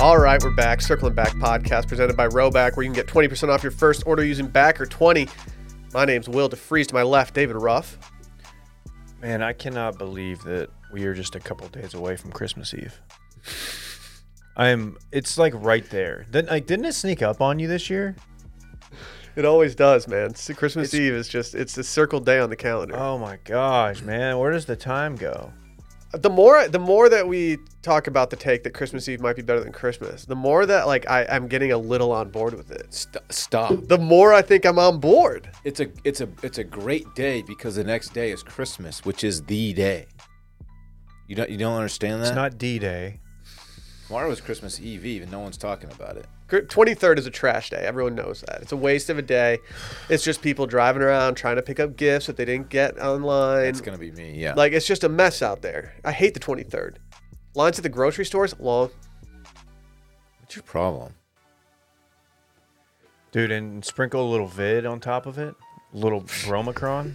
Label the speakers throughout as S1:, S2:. S1: All right, we're back. Circling Back podcast presented by Roback, where you can get 20% off your first order using back or 20. My name's Will DeFreeze. To my left, David Ruff.
S2: Man, I cannot believe that we are just a couple days away from Christmas Eve. I'm. It's like right there. Didn't like didn't it sneak up on you this year?
S1: It always does, man. See, Christmas Eve is just, it's a circled day on the calendar.
S2: Oh my gosh, man, where does the time go?
S1: the more the more that we talk about the take that Christmas Eve might be better than Christmas, the more that like I, I'm getting a little on board with it.
S3: St- stop.
S1: The more I think I'm on board.
S3: It's a it's a it's a great day because the next day is Christmas, which is the day. You don't you don't understand that?
S2: It's not D Day.
S3: Tomorrow is Christmas Eve Eve, and no one's talking about it.
S1: Gr- 23rd is a trash day. Everyone knows that. It's a waste of a day. It's just people driving around trying to pick up gifts that they didn't get online.
S3: It's gonna be me. Yeah.
S1: like it's just a mess out there. I hate the 23rd. Lines at the grocery stores long.
S3: What's your problem?
S2: Dude, and sprinkle a little vid on top of it. Little bromacron.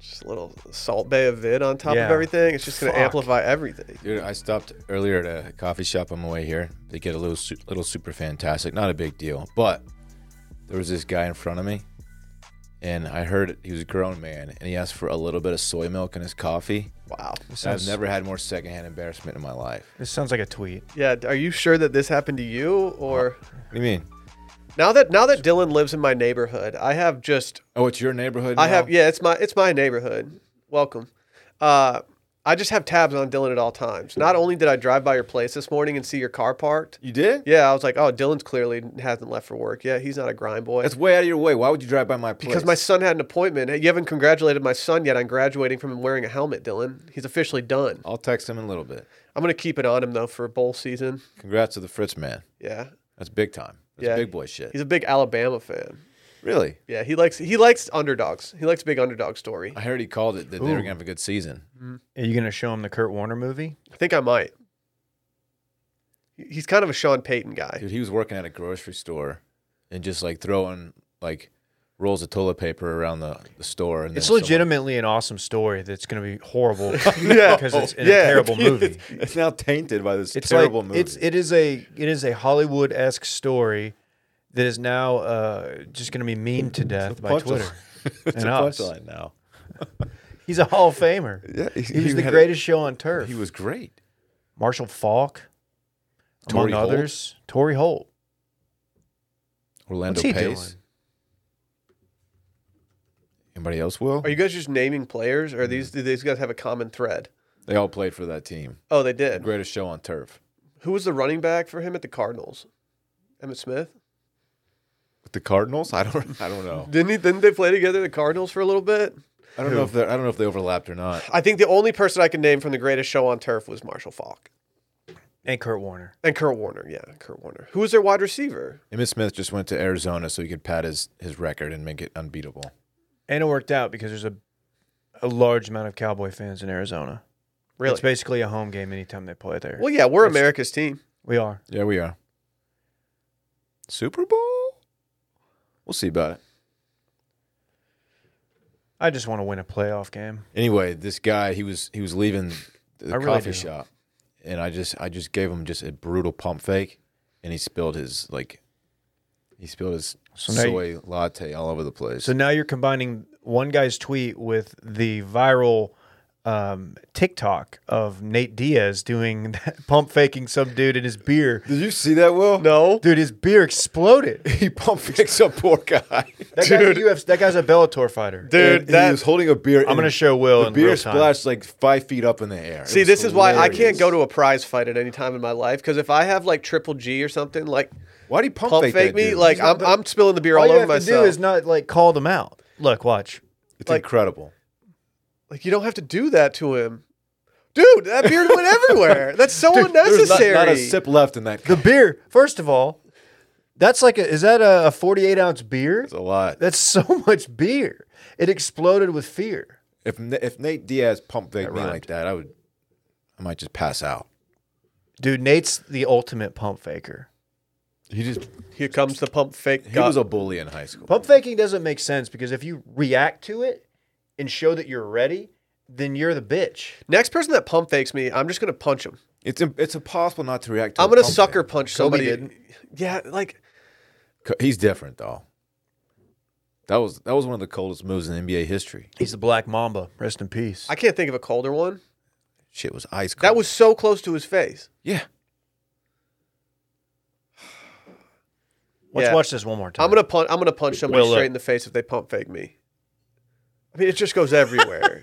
S1: Just a little salt bay of vid on top
S2: Yeah.
S1: of everything. It's just going to
S2: Fuck.
S1: amplify everything.
S3: Dude, I stopped earlier at a coffee shop on the way here. They get a little su- little super fantastic, not a big deal, but there was this guy in front of me, and I heard he was a grown man, and he asked for a little bit of soy milk in his coffee.
S1: Wow.
S3: And I've never had more secondhand embarrassment in my life.
S2: This sounds like a tweet.
S1: Yeah, are you sure that this happened to you or
S3: What do you mean?
S1: Now that now that Dylan lives in my neighborhood, I have just
S3: Oh, it's your neighborhood.
S1: I
S3: now?
S1: have yeah, it's my it's my neighborhood. Welcome. Uh I just have tabs on Dylan at all times. Not only did I drive by your place this morning and see your car parked,
S3: You did?
S1: yeah, I was like, oh, Dylan's clearly hasn't left for work. Yeah, he's not a grind boy.
S3: That's way out of your way. Why would you drive by my place?
S1: because my son had an appointment. Hey, You haven't congratulated my son yet on graduating from wearing a helmet, Dylan. He's officially done.
S3: I'll text him in a little bit.
S1: I'm gonna keep it on him though for bowl season.
S3: Congrats to the Fritz man.
S1: Yeah,
S3: That's big time. That's
S1: Yeah.
S3: big boy shit.
S1: he's a big Alabama fan.
S3: really?
S1: Yeah, he likes he likes underdogs. He likes big underdog story.
S3: I heard he called it that they were
S2: Ooh.
S3: gonna have a good season.
S2: Are you gonna show him the Kurt Warner movie?
S1: I think I might. He- He's kind of a Sean Payton guy.
S3: Dude, he was working at a grocery store and just like throwing like rolls of toilet paper around the, the store. And
S2: It's
S3: then someone-
S2: legitimately an awesome story that's gonna be horrible
S1: Yeah.
S2: because it's in
S1: Yeah.
S2: a terrible movie.
S3: It's now tainted by this
S2: It's
S3: terrible
S2: like,
S3: movie.
S2: It's it is a it is a Hollywood esque story that is now uh, just gonna be memed to death by
S3: punchline.
S2: Twitter.
S3: it's
S2: and
S3: a
S2: us.
S3: punchline now.
S2: He's a Hall of Famer.
S3: Yeah, he-
S2: he was
S3: he
S2: the
S3: had a-
S2: greatest show on turf.
S3: He was great.
S2: Marshall Falk,
S3: Torrey
S2: among
S3: Holt?
S2: others. Tory Holt.
S3: Orlando
S2: What's he
S3: Pace.
S2: doing?
S3: Anybody else will?
S1: Are you guys just naming players, or these do these guys have a common thread?
S3: they all played for that team.
S1: Oh, they did.
S3: Greatest show on turf.
S1: Who was the running back for him at the Cardinals? Emmett Smith.
S3: With the Cardinals? I don't I don't know.
S1: Didn't he? Didn't they play together at the Cardinals for a little bit?
S3: I don't know if they I don't know if they overlapped or not.
S1: I think the only person I can name from the greatest show on turf was Marshall Falk
S2: And Kurt Warner.
S1: and Kurt Warner. Yeah, Kurt Warner. Who was their wide receiver?
S3: Emmitt Smith just went to Arizona so he could pad his, his record and make it unbeatable.
S2: And it worked out because there's a a large amount of Cowboy fans in Arizona.
S1: Really?
S2: It's basically a home game anytime they play there.
S1: well, yeah, we're America's team.
S2: we are.
S3: Yeah, we are. Super Bowl? We'll see about it.
S2: I just want to win a playoff game.
S3: Anyway, this guy he was he was leaving the
S2: I really
S3: coffee
S2: do.
S3: shop, and I just I just gave him just a brutal pump fake, and he spilled his like he spilled his
S2: So now you-
S3: soy latte all over the place.
S2: So now you're combining one guy's tweet with the viral um, TikTok of Nate Diaz doing that, pump faking some dude in his beer.
S3: Did you see that, Will?
S1: No,
S2: Dude, his beer exploded.
S3: he pump fakes a poor guy.
S2: That, Guy's, a UFC, that guy's a Bellator fighter.
S1: dude.
S3: that,
S1: That
S3: he was holding a beer.
S2: I'm gonna show Will
S3: The
S2: in
S3: beer
S2: real time.
S3: splashed like five feet up in the air. It
S1: See,
S3: was
S1: this is why I can't
S3: hilarious.
S1: go to a prize fight at any time in my life because if I have like triple G or something, like
S3: Why'd he pump,
S1: pump
S3: fake,
S1: fake,
S3: that
S1: me,
S3: dude?
S1: like I'm, I'm spilling the beer all,
S2: All you
S1: over
S2: have
S1: myself.
S2: to do is not like call them out. Look, watch.
S3: it's
S1: like-
S3: incredible.
S1: like you don't have to do that to him, dude. That beard went everywhere. That's so
S3: There's not,
S1: unnecessary.
S3: not a sip left in that.
S2: The beer, first of all, that's like a is that a, a 48 ounce beer?
S3: That's a lot.
S2: That's so much beer. It exploded with fear.
S3: If Na- if Nate Diaz pump faked me
S2: rhymed.
S3: like that, I would, I might just pass out.
S2: Dude, Nate's the ultimate pump faker.
S3: He just
S1: Here comes the pump fake.
S3: he
S1: guy.
S3: was a bully in high school.
S2: Pump faking doesn't make sense because if you react to it and show that you're ready, then you're the bitch.
S1: Next person that pump fakes me, I'm just gonna punch him.
S3: It's im- it's impossible not to react. To
S1: I'm
S3: a
S1: gonna
S3: pump
S1: sucker punch
S2: Kobe
S1: somebody. Yeah, like
S3: fake. Co- He's different though. That was that was one of the coldest moves in NBA history.
S2: He's the black mamba. Rest in peace.
S1: I can't think of a colder one.
S3: Shit was ice cold.
S1: That was so close to his face.
S3: yeah.
S2: Let's
S1: Yeah.
S2: watch this one more time.
S1: I'm gonna punch. I'm gonna punch somebody
S2: Well, look.
S1: straight in the face if they pump fake me. I mean, it just goes everywhere.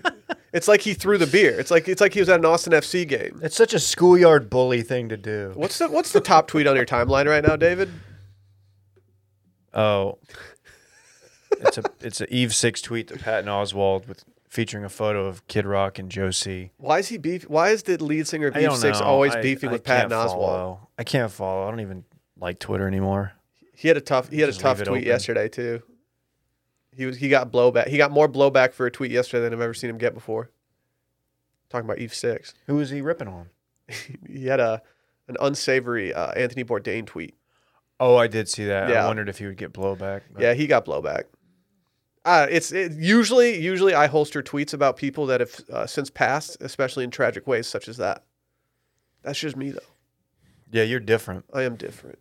S1: it's like he threw the beer. It's like it's like he was at an Austin FC game.
S2: It's such a schoolyard bully thing to do.
S1: What's the What's the top tweet on your timeline right now, David?
S2: Oh, it's a it's a Eve six tweet to Patton Oswald with featuring a photo of Kid Rock and Joe C.
S1: Why is he beef? Why is the lead singer of
S2: I
S1: Beef
S2: don't
S1: Six
S2: know.
S1: always
S2: I-
S1: beefing
S2: I
S1: with Patton
S2: can't
S1: Oswald?
S2: follow. I can't follow. I don't even like Twitter anymore.
S1: He had a tough. He had
S2: Just
S1: a tough
S2: leave
S1: tweet
S2: it open.
S1: yesterday too. He was. He got blowback. He got more blowback for a tweet yesterday than I've ever seen him get before. Talking about Eve Six,
S2: Who is he ripping on?
S1: he had a an unsavory uh, Anthony Bourdain tweet.
S2: Oh, I did see that.
S1: Yeah.
S2: I wondered if he would get blowback. but-
S1: Yeah, he got blowback. Uh, it's it, usually usually I holster tweets about people that have uh, since passed, especially in tragic ways such as that. That's just me though.
S2: yeah, you're different.
S1: I am different.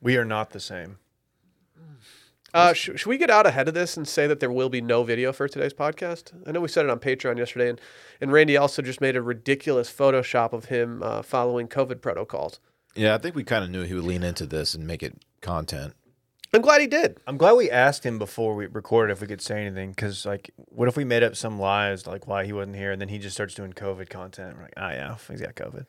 S2: We are not the same.
S1: Uh, sh- should we get out ahead of this and say that there will be no video for today's podcast? I know we said it on Patreon yesterday, and, and Randy also just made a ridiculous Photoshop of him uh, following COVID protocols.
S3: Yeah, I think we kind of knew he would lean into this and make it content.
S1: I'm glad he did.
S2: I'm glad we asked him before we recorded if we could say anything because, like, what if we made up some lies like why he wasn't here and then he just starts doing COVID content? We're like, ah, yeah, he's got COVID.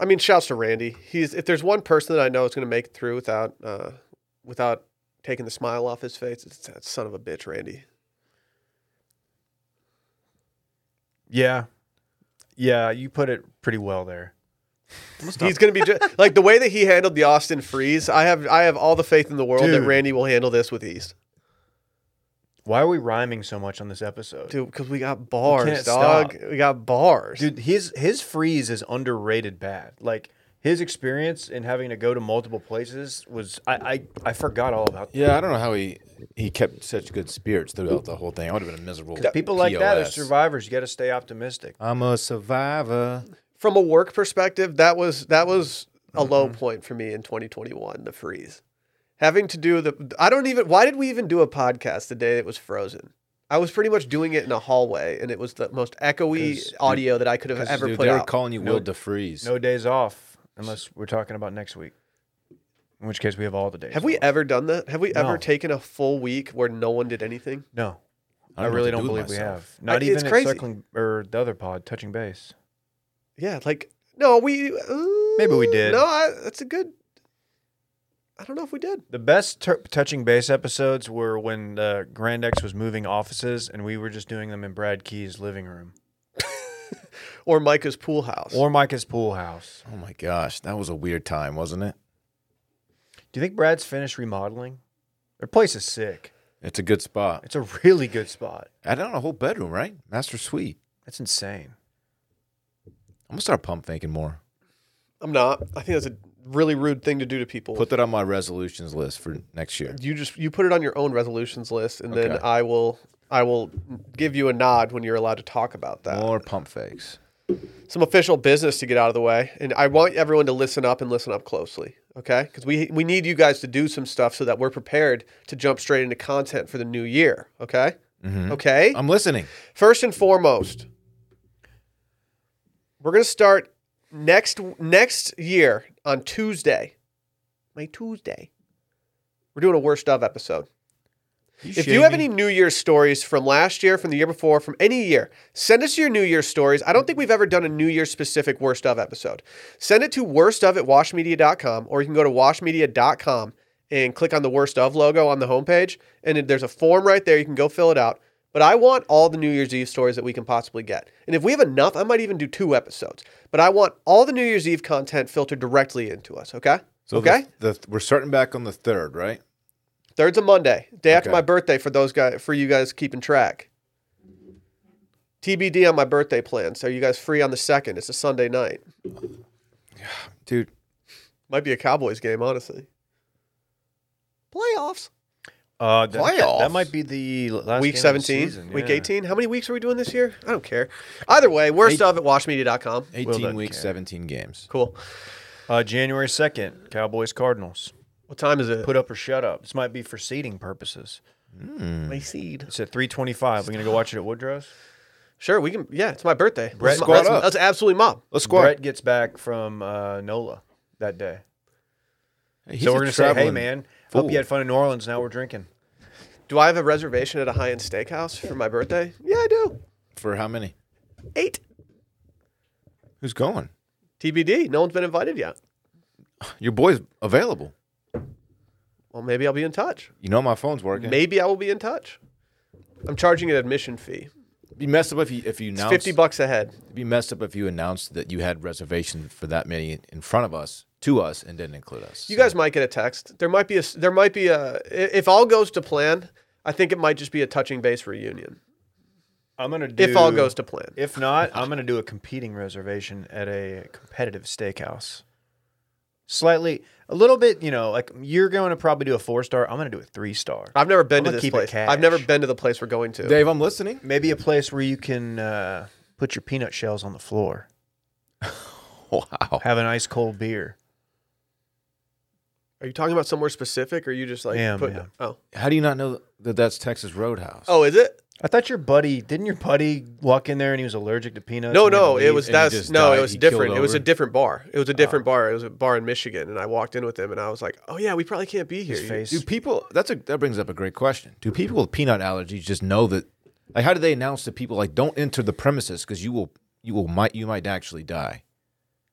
S1: I mean, shouts to Randy. He's if there's one person that I know is going to make it through without uh, without taking the smile off his face, it's that son of a bitch, Randy.
S2: Yeah. Yeah, you put it pretty well there.
S1: He's going to be ju- like the way that he handled the Austin freeze. I have I have all the faith in the world that
S2: Dude.
S1: Randy will handle this with ease,
S2: Why are we rhyming so much on this episode?
S1: dude. Because we got bars,
S2: can't
S1: dog.
S2: stop.
S1: We got bars.
S2: Dude, his his freeze is underrated bad. Like his experience in having to go to multiple places was I I, I forgot all about that.
S3: Yeah, I don't know how he he kept such good spirits throughout the whole thing. I would have been a miserable.
S2: People like that are
S3: POS.
S2: survivors. You got to stay optimistic.
S3: I'm a survivor.
S1: From a work perspective, that was that was a low
S2: Mm-hmm.
S1: point for me in 2021. The freeze, having to do the I don't even. Why did we even do a podcast the day it was frozen? I was pretty much doing it in a hallway, and it was the most echoey
S3: 'Cause-
S1: audio that I could have
S3: 'Cause,
S1: ever
S3: dude,
S1: put
S3: they were
S1: out.
S3: calling you
S2: No-
S3: Will DeFreeze.
S2: No days off unless we're talking about next week. In which case we have all the days.
S1: have we
S2: off.
S1: ever done that? Have we
S2: No.
S1: ever taken a full week where no one did anything?
S2: No. I,
S3: know what
S2: really
S3: to
S2: don't
S3: do with
S2: believe we
S3: myself.
S2: have. Not
S1: it's
S2: even at
S1: crazy.
S2: circling or the other pod touching base.
S1: Yeah, like no, we uh,
S2: Maybe we did.
S1: No, I, that's a good. I don't know if we did.
S2: The best tur touching base episodes were when the Grand X was moving offices and we were just doing them in Brad Key's living room
S1: Or Micah's pool house.
S2: or Micah's pool house.
S3: Oh my gosh, that was a weird time, wasn't it?
S2: Do you think Brad's finished remodeling? Their place is sick.
S3: It's a good spot.
S2: It's a really good spot.
S3: I don't know, a whole bedroom, right? Master suite.
S2: That's insane.
S3: I'm gonna start pump faking more.
S1: I'm not. I think that's a really rude thing to do to people.
S3: Put that on my resolutions list for next year.
S1: you just you put it on your own resolutions list, and then
S3: Okay.
S1: I will I will give you a nod when you're allowed to talk about that.
S3: More pump fakes.
S1: Some official business to get out of the way, and I want everyone to listen up and listen up closely, okay? Because we we need you guys to do some stuff so that we're prepared to jump straight into content for the new year, okay?
S2: Hmm.
S1: Okay.
S3: Mm-hmm. I'm listening.
S1: First and foremost, we're going to start next next year on Tuesday. My Tuesday. We're doing a worst of episode. If you have any New Year's stories from last year, from the year before, from any year, send us your New Year's stories. I don't think we've ever done a New Year's specific worst of episode. Send it to worst of at washmedia.com or you can go to washmedia.com and click on the worst of logo on the homepage. And it- there's a form right there. You can go fill it out. But I want all the New Year's Eve stories that we can possibly get. And if we have enough, I might even do two episodes. But I want all the New Year's Eve content filtered directly into us, okay?
S3: So the-
S1: okay?
S3: the, we're starting back on the third, right?
S1: Third's a Monday, day after
S3: Okay.
S1: my birthday for those guys for you guys keeping track. TBD on my birthday plans. Are you guys free on the second? It's a Sunday night.
S3: Dude,
S1: Might be a Cowboys game, honestly. Playoffs.
S2: Uh, that,
S1: Playoffs?
S2: That might be the last
S1: week
S2: game of the
S1: 17,
S2: season,
S1: week
S2: yeah.
S1: 18. How many weeks are we doing this year? I don't care. Either way, worst
S3: Eight-
S1: of at watchmedia.com.
S3: 18
S2: doesn't
S3: weeks,
S2: care.
S3: 17 games.
S1: Cool.
S2: Uh, January second, Cowboys Cardinals.
S1: What time is it?
S2: Put up or shut up. This might be for seating purposes.
S3: Hmm.
S1: my seed.
S2: It's at three twenty-five. We're gonna go watch it at Woodrow's.
S1: Sure, we can. Yeah, it's my birthday. That's-
S2: Brett,
S3: squad
S1: that's,
S3: up.
S1: that's absolutely mob.
S3: Let's squad.
S2: Brett gets back from uh, NOLA that day,
S3: He's
S2: so
S3: a
S2: we're gonna say, "Hey,
S3: traveling-
S2: man,
S3: fool."
S2: hope you had fun in New Orleans. Now we're drinking."
S1: Do I have a reservation at a high end steakhouse for my birthday? Yeah, I do.
S3: For how many?
S1: Eight.
S3: Who's going?
S1: TBD. No one's been invited yet.
S3: Your boy's available.
S1: Well, maybe I'll be in touch.
S3: You know my phone's working.
S1: Maybe I will be in touch. I'm charging an admission fee.
S3: Be messed up if you if you
S1: It's
S3: announced.
S1: 50 bucks a head.
S3: be messed up if you announced that you had reservations for that many in front of us to us and didn't include us.
S1: You guys might get a text. There might be a s- there might be a i- if all goes to plan, I think it might just be a touching base reunion.
S2: I'm gonna do
S1: If all goes to plan.
S2: If not, I'm going to do a competing reservation at a competitive steakhouse. Slightly, a little bit, you know, like you're going to probably do a four star. I'm going to do a three star.
S1: I've never been
S2: I'm
S1: to
S2: gonna
S1: this
S2: keep it
S1: place.
S2: cash.
S1: I've never been to the place we're going to.
S3: Dave, I'm listening.
S2: Maybe a place where you can uh, put your peanut shells on the floor,
S3: Wow.
S2: have an ice cold beer.
S1: Are you talking about somewhere specific or are you just like
S2: Yeah,
S1: putting
S2: man.
S1: Oh.
S3: How do you not know that that's Texas Roadhouse?
S1: Oh, is it?
S2: I thought your buddy didn't your buddy walk in there and he was allergic to peanuts.
S1: No,
S2: and he had to
S1: no, it
S2: leave?
S1: was
S3: and he
S1: that's
S3: just
S1: no,
S3: died.
S1: it was
S3: He killed
S1: different. It was a
S3: over?
S1: different bar. It was a different bar. It was a bar in Michigan, and I walked in with him, and I was like, "Oh yeah, we probably can't be here."
S2: his
S1: You-
S2: face.
S3: do people? That's a that brings up a great question. Do people with peanut allergies just know that? Like, how do they announce to people like don't enter the premises because you will you will might you might actually die?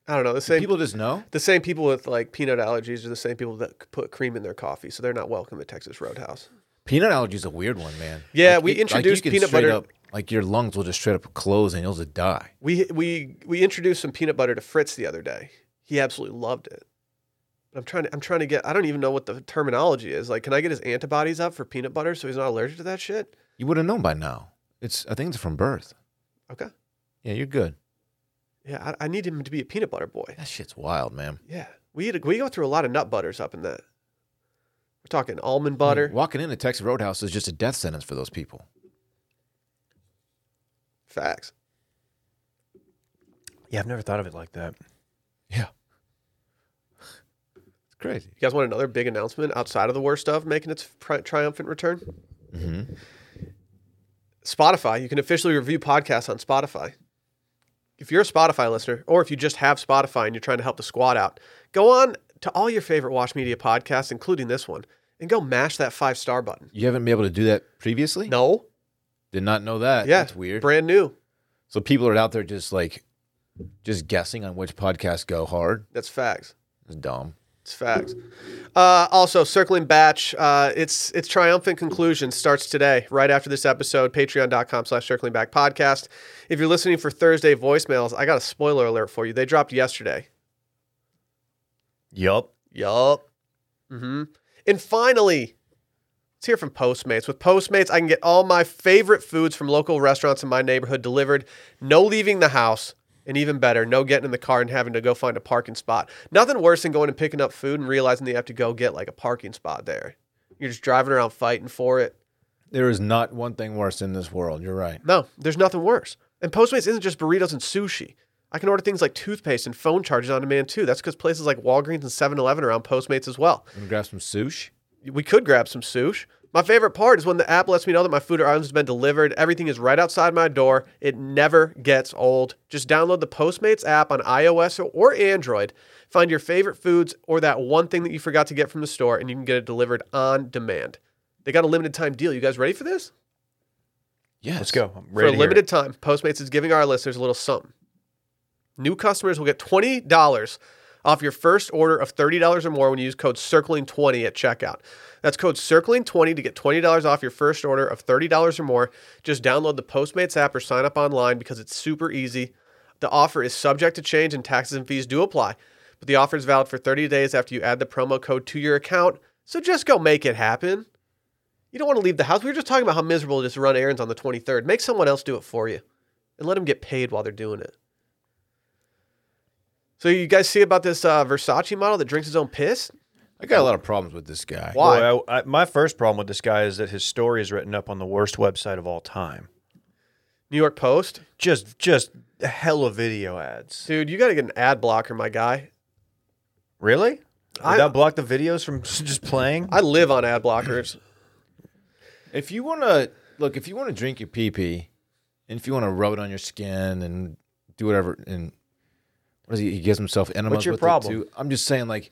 S1: I don't know. The same
S3: People just know.
S1: the same people with like peanut allergies are the same people that c- put cream in their coffee, so they're not welcome at Texas Roadhouse.
S3: Peanut allergy is a weird one, man.
S1: Yeah, we
S3: you- you
S1: introduced
S3: can
S1: peanut
S3: straight
S1: butter-
S3: Up, like your lungs will just straight up close and you'll just die.
S1: We we we introduced some peanut butter to Fritz the other day. He absolutely loved it. I'm trying to I'm trying to get I don't even know what the terminology is. Like, can I get his antibodies up for peanut butter so he's not allergic to that shit?
S3: You would have known by now. It's I think it's from birth.
S1: Okay.
S3: Yeah, you're good.
S1: Yeah, I, I need him to be a peanut butter boy.
S3: That shit's wild, man.
S1: Yeah, we eat, we go through a lot of nut butters up in that. We're talking almond butter,
S3: Walking into Texas Roadhouse is just a death sentence for those people.
S1: facts.
S2: yeah, I've never thought of it like that.
S3: Yeah, it's crazy.
S1: You guys want another big announcement outside of the worst of making its tri- triumphant return?
S3: hmm
S1: Spotify. You can officially review podcasts on Spotify. If you're a Spotify listener, or if you just have Spotify and you're trying to help the squad out, go on to all your favorite Watch Media podcasts, including this one, and go mash that five star button.
S3: You haven't been able to do that previously?
S1: No,
S3: Did not know that.
S1: yeah,
S3: That's weird.
S1: brand new.
S3: so people are out there just like just guessing on which podcasts go hard.
S1: That's facts.
S3: It's dumb.
S1: It's facts. Uh, also, circling batch, uh, its its triumphant conclusion starts today, right after this episode. Patreon.com/slash circling back podcast. If you're listening for Thursday voicemails, I got a spoiler alert for you. They dropped yesterday.
S2: Yup.
S1: Yup. Mm-hmm. And finally, let's hear from Postmates. With Postmates, I can get all my favorite foods from local restaurants in my neighborhood delivered, no leaving the house, and even better, no getting in the car and having to go find a parking spot. Nothing worse than going and picking up food and realizing that you have to go get like a parking spot there. You're just driving around fighting for it.
S3: There is not one thing worse in this world. You're right.
S1: No, there's nothing worse. And Postmates isn't just burritos and sushi. I can order things like toothpaste and phone charges on demand too. That's because places like Walgreens and 7 Eleven are on Postmates as well.
S3: And grab some sushi.
S1: we could grab some sush. My favorite part is when the app lets me know that my food or items has been delivered. Everything is right outside my door. It never gets old. Just download the Postmates app on iOS or- or Android. Find your favorite foods or that one thing that you forgot to get from the store, and you can get it delivered on demand. They got a limited time deal. You guys ready for this?
S3: Yes.
S2: Let's go. I'm
S1: For
S2: ready
S1: a
S2: to hear it.
S1: limited time, Postmates is giving our listeners a little something. New customers will get $20 off your first order of $30 or more when you use code CIRCLING20 at checkout. That's code CIRCLING20 to get $20 off your first order of $30 or more. Just download the Postmates app or sign up online because it's super easy. The offer is subject to change and taxes and fees do apply, but the offer is valid for 30 days after you add the promo code to your account. So just go make it happen. You don't want to leave the house. We were just talking about how miserable it is to run errands on the 23rd. Make someone else do it for you and let them get paid while they're doing it. So, you guys see about this uh, Versace model that drinks his own piss?
S3: I got a lot of problems with this guy.
S1: Why?
S2: Boy, I, I, my first problem with this guy is that his story is written up on the worst website of all time.
S1: New York Post,
S2: Just, just hella video ads.
S1: dude. You got to get an ad blocker, my guy.
S2: Really? Did
S1: I-
S2: that block the videos from just playing?
S1: I live on ad blockers.
S3: If you want to look, if you want to drink your pee pee, and if you want to rub it on your skin and do whatever, and what is he? He gives himself enemas.
S2: What's your
S3: with
S2: problem?
S3: It too. I'm just saying, like,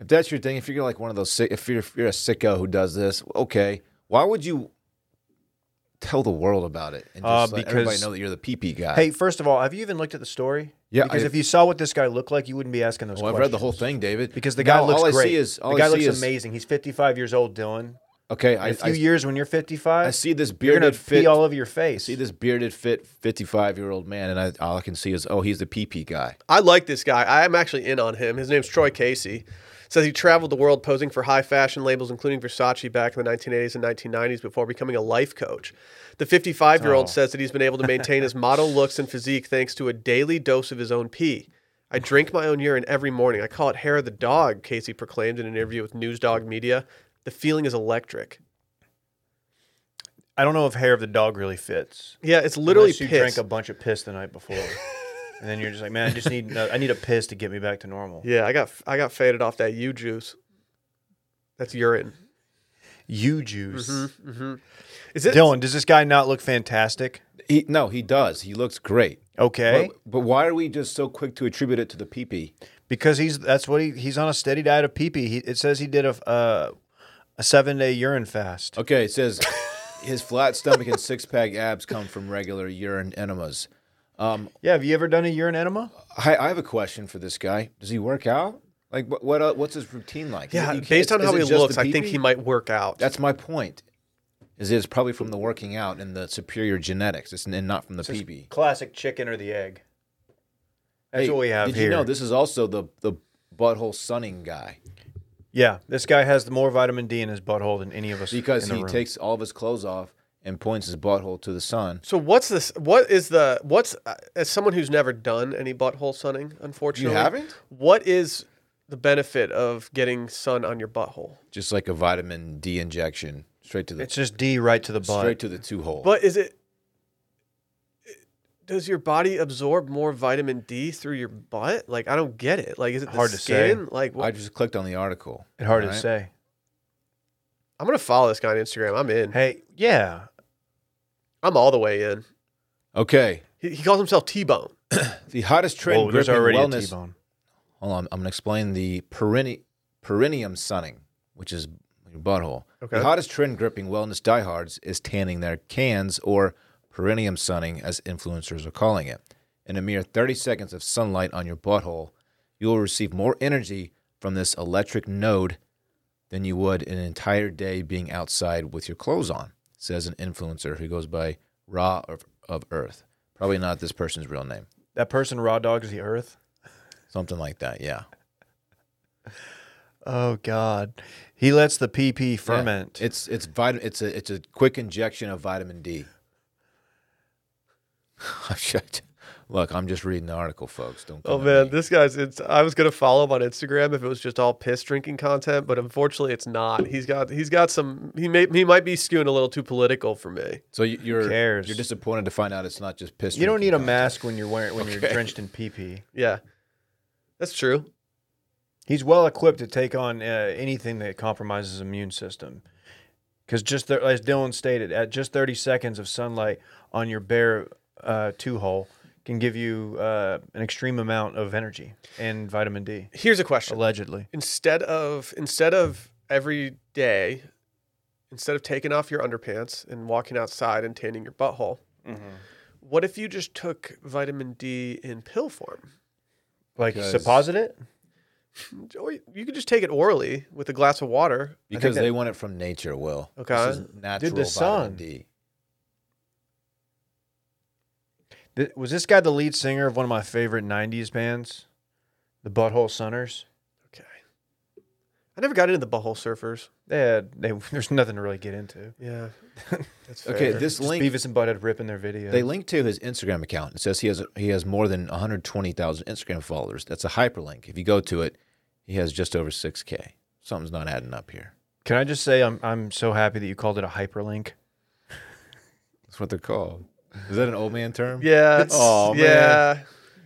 S3: if that's your thing, if you're like one of those, sick, if you're if you're a sicko who does this, okay, why would you tell the world about it and
S2: Uh,
S3: just let everybody
S2: because-
S3: know that you're the pee pee guy?
S2: hey, first of all, have you even looked at the story?
S3: Yeah,
S2: Because
S3: I-
S2: if you saw what this guy looked like, you wouldn't be asking those
S3: well, Oh, I've
S2: questions.
S3: read the whole thing, David.
S2: Because the guy
S3: Now,
S2: looks
S3: all
S2: great.
S3: I see is all
S2: the guy
S3: I see
S2: looks
S3: is
S2: amazing. He's 55 years old, Dylan.
S3: okay.
S2: In
S3: I,
S2: a few
S3: I-
S2: years when you're 55,
S3: I see this
S2: you're gonna
S3: bearded fit.
S2: pee all over your face.
S3: see this bearded fit 55 year old man, and I, all I can see is oh, he's the pee pee guy.
S1: I like this guy. I am actually in on him. His name's Troy Casey. Says he traveled the world posing for high fashion labels, including Versace, back in the 1980s and 1990s before becoming a life coach. The 55 year old
S2: Oh.
S1: says that he's been able to maintain his model looks and physique thanks to a daily dose of his own pee. I drink my own urine every morning. I call it hair of the dog, Casey proclaimed in an interview with Newsdog Media. The feeling is electric.
S2: I don't know if hair of the dog really fits.
S1: Yeah, it's literally
S2: Unless you
S1: piss.
S2: drank a bunch of piss the night before, and then you're just like, man, I just need I need a piss to get me back to normal.
S1: yeah, I got I got faded off that U juice. That's urine.
S2: You juice,
S3: Mm-hmm.
S1: Is it
S2: Dylan. Does this guy not look fantastic?
S3: He no, he does. He looks great.
S2: Okay,
S3: But, but why are we just so quick to attribute it to the pee pee?
S2: because he's that's what he he's on a steady diet of pee pee. He, it says he did a uh, a seven day urine fast.
S3: Okay, it says his flat stomach and six pack abs come from regular urine enemas.
S2: Yeah, have you ever done a urine enema?
S3: I, I have a question for this guy. Does he work out? Like what? what uh, what's his routine like?
S1: Yeah,
S3: You can't-
S1: based on
S3: is
S1: how
S3: it
S1: he
S3: just the
S1: looks, I think
S3: pee-pee?
S1: he might work out.
S3: That's my point. Is it's probably from the working out and the superior genetics, it's, and not from the pee pee.
S2: Classic chicken or the egg. That's
S3: Hey,
S2: what we have
S3: Did
S2: here.
S3: you know this is also the the butthole sunning guy
S2: yeah, this guy has more vitamin D in his butthole than any of us
S3: because
S2: in the
S3: he
S2: room.
S3: takes all of his clothes off and points his butthole to the sun.
S1: so what's this? What is the what's uh, as someone who's never done any butthole sunning? Unfortunately,
S3: haven't?
S1: What is the benefit of getting sun on your butthole?
S3: just like a vitamin D injection straight to the
S2: It's just D right to the butt.
S3: straight to the two hole.
S1: But is it? Does your body absorb more vitamin D through your butt? Like I don't get it. Like is it the
S2: Hard to say.
S1: skin? Like what?
S3: I just clicked on the article.
S2: It's hard to
S3: Alright.
S2: say.
S1: I'm gonna follow this guy on Instagram. I'm in.
S2: Hey, yeah.
S1: I'm all the way in.
S3: Okay,
S1: He, he calls himself T-Bone.
S3: the hottest trend
S2: Well, there's
S3: gripping
S2: already a
S3: wellness.
S2: T-bone.
S3: Hold on, I'm gonna explain the perine- perineum sunning, which is your butthole.
S1: Okay.
S3: The hottest trend gripping wellness diehards is tanning their cans or perineum sunning, as influencers are calling it. In a mere 30 seconds of sunlight on your butthole, you will receive more energy from this electric node than you would an entire day being outside with your clothes on, says an influencer who goes by Raw of, of Earth. Probably not this person's real name.
S2: That person raw dogs the earth.
S3: Something like that, yeah.
S2: Oh God, he lets the PP ferment.
S3: Yeah. It's it's vitamin. It's a it's a quick injection of vitamin D. Shit. Look, I'm just reading the article, folks. Don't.
S1: Oh
S3: come at
S1: man,
S3: me.
S1: this guy's. It's. I was gonna follow him on Instagram if it was just all piss drinking content, but unfortunately, it's not. He's got. He's got some. He may. He might be skewing a little too political for me.
S3: So you- you're
S2: cares?
S3: you're disappointed to find out it's not just piss.
S2: you don't need a
S3: drinking
S2: mask when you're wearing when you're
S3: Okay.
S2: drenched in PP.
S1: Yeah, that's true.
S2: He's well equipped to take on uh, anything that compromises immune system. Because just th- as Dylan stated, at just 30 seconds of sunlight on your bare uh, two hole can give you uh, an extreme amount of energy and vitamin D.
S1: Here's a question.
S2: Allegedly,
S1: Instead of instead of every day, instead of taking off your underpants and walking outside and tanning your butthole, what if you just took vitamin D in pill form?
S2: like
S3: Because-
S2: suppository.
S1: Or you could just take it orally with a glass of water.
S3: content. because
S2: that-
S3: they want it from nature. Will
S1: Okay.
S3: This is natural
S2: sun.
S3: vitamin D.
S2: Th- was this guy the lead singer of one of my favorite 90s bands, the Butthole Sunners?
S1: Okay. I never got into the butthole surfers.
S2: They had, they, there's nothing to really get into.
S1: Yeah. That's fair.
S3: Okay, this
S2: Just
S3: link
S2: Beavis and Butthead ripping their videos.
S3: they link to his Instagram account. It says he has he has more than 120,000 Instagram followers. That's a hyperlink. If you go to it, he has just over 6k. something's not adding up here.
S2: Can I just say I'm I'm so happy that you called it a hyperlink.
S3: That's what they're called. Is that an old man term?
S1: Yeah. It's,
S2: Aw, man.
S1: yeah.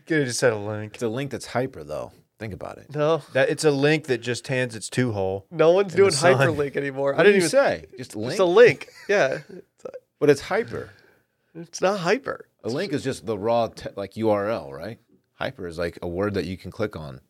S2: Could have just said a link.
S3: It's a link that's hyper though. Think about it.
S1: No.
S2: That it's a link that just hands its two hole.
S1: No one's
S2: the
S1: doing
S2: sun.
S1: hyperlink anymore.
S3: What
S1: I didn't
S3: do
S1: even
S3: you say just link,
S1: It's a link. Yeah.
S3: but it's hyper.
S1: It's not hyper.
S3: A link is just the raw te- like URL, right? Hyper is like a word that you can click on.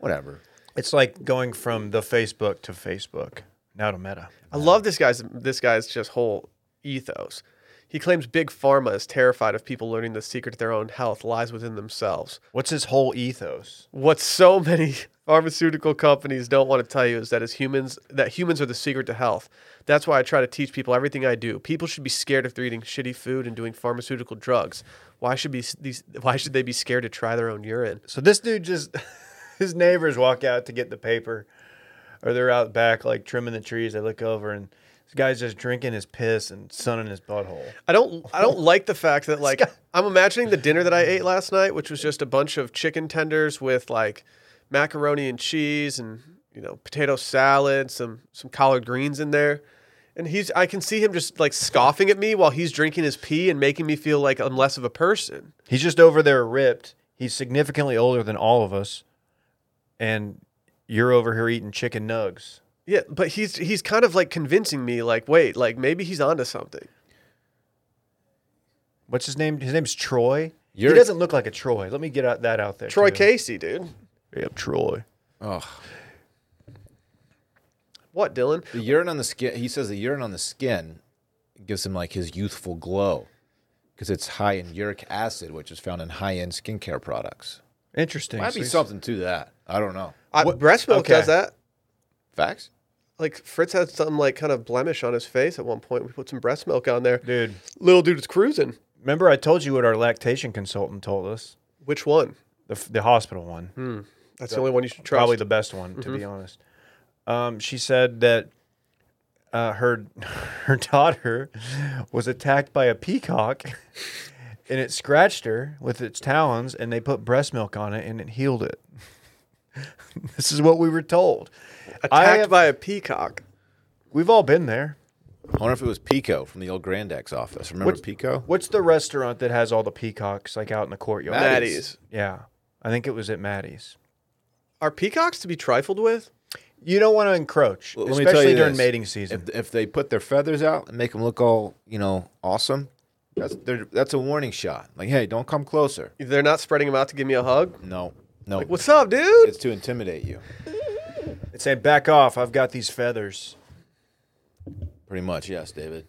S3: Whatever.
S2: It's like going from the Facebook to Facebook now to Meta.
S1: I love this guy's this guy's just whole ethos. He claims big pharma is terrified of people learning the secret to their own health lies within themselves.
S2: What's his whole ethos?
S1: What so many pharmaceutical companies don't want to tell you is that as humans that humans are the secret to health. That's why I try to teach people everything I do. People should be scared if they're eating shitty food and doing pharmaceutical drugs. Why should be s- these why should they be scared to try their own urine?
S2: So this dude just his neighbors walk out to get the paper, or they're out back like trimming the trees. They look over and this guy's just drinking his piss and sunning his butthole.
S1: I don't I don't like the fact that like I'm imagining the dinner that I ate last night, which was just a bunch of chicken tenders with like macaroni and cheese and you know potato salad, some some collard greens in there. And he's I can see him just like scoffing at me while he's drinking his pee and making me feel like I'm less of a person.
S2: He's just over there ripped. He's significantly older than all of us, and you're over here eating chicken nugs.
S1: Yeah, but he's he's kind of like convincing me like wait, like maybe he's onto something.
S2: What's his name? His name's Troy.
S3: You're-
S2: He doesn't look like a Troy. Let me get out that out there.
S1: Troy
S2: too.
S1: Casey, dude.
S2: Yep, Troy.
S3: Oh,
S1: What, Dylan?
S3: the urine on the skin. He says the urine on the skin gives him like his youthful glow because it's high in uric acid, which is found in high-end skincare products.
S2: Interesting.
S3: Might
S2: So
S3: be
S2: he's-
S3: something to that. I don't know.
S1: I, breast milk
S2: okay.
S1: does that.
S3: Facts.
S1: Like Fritz had some like kind of blemish on his face at one point. We put some breast milk on there.
S2: Dude,
S1: Little dude is cruising.
S2: remember I told you what our lactation consultant told us?
S1: Which one?
S2: The, f- the hospital one.
S1: That's the only one you should trust. Mm-hmm.
S2: Probably the best one, to be honest. Um, she said that uh, her her daughter was attacked by a peacock, and it scratched her with its talons, and they put breast milk on it, and it healed it. this is what we were told. I
S1: attacked
S2: have-
S1: by a peacock.
S2: We've all been there.
S3: I wonder if it was Pico from the old Grandex office. Remember
S2: What's-
S3: Pico?
S2: What's the restaurant that has all the peacocks like out in the courtyard?
S3: Matt-
S1: Maddie's.
S3: Maddie's.
S2: Yeah, I think it was at Maddie's.
S1: Are peacocks to be trifled with?
S2: You don't want to encroach,
S3: Well, let me
S2: especially
S3: tell you
S2: during
S3: this.
S2: mating season.
S3: If, if they put their feathers out and make them look all you know awesome, that's they're- that's a warning shot. Like, hey, don't come closer.
S1: They're not spreading them out to give me a hug.
S3: No, no.
S1: Like, what's up, dude?
S3: it's to intimidate you,
S2: It's saying, "Back off! I've got these feathers."
S3: pretty much. Yes, David.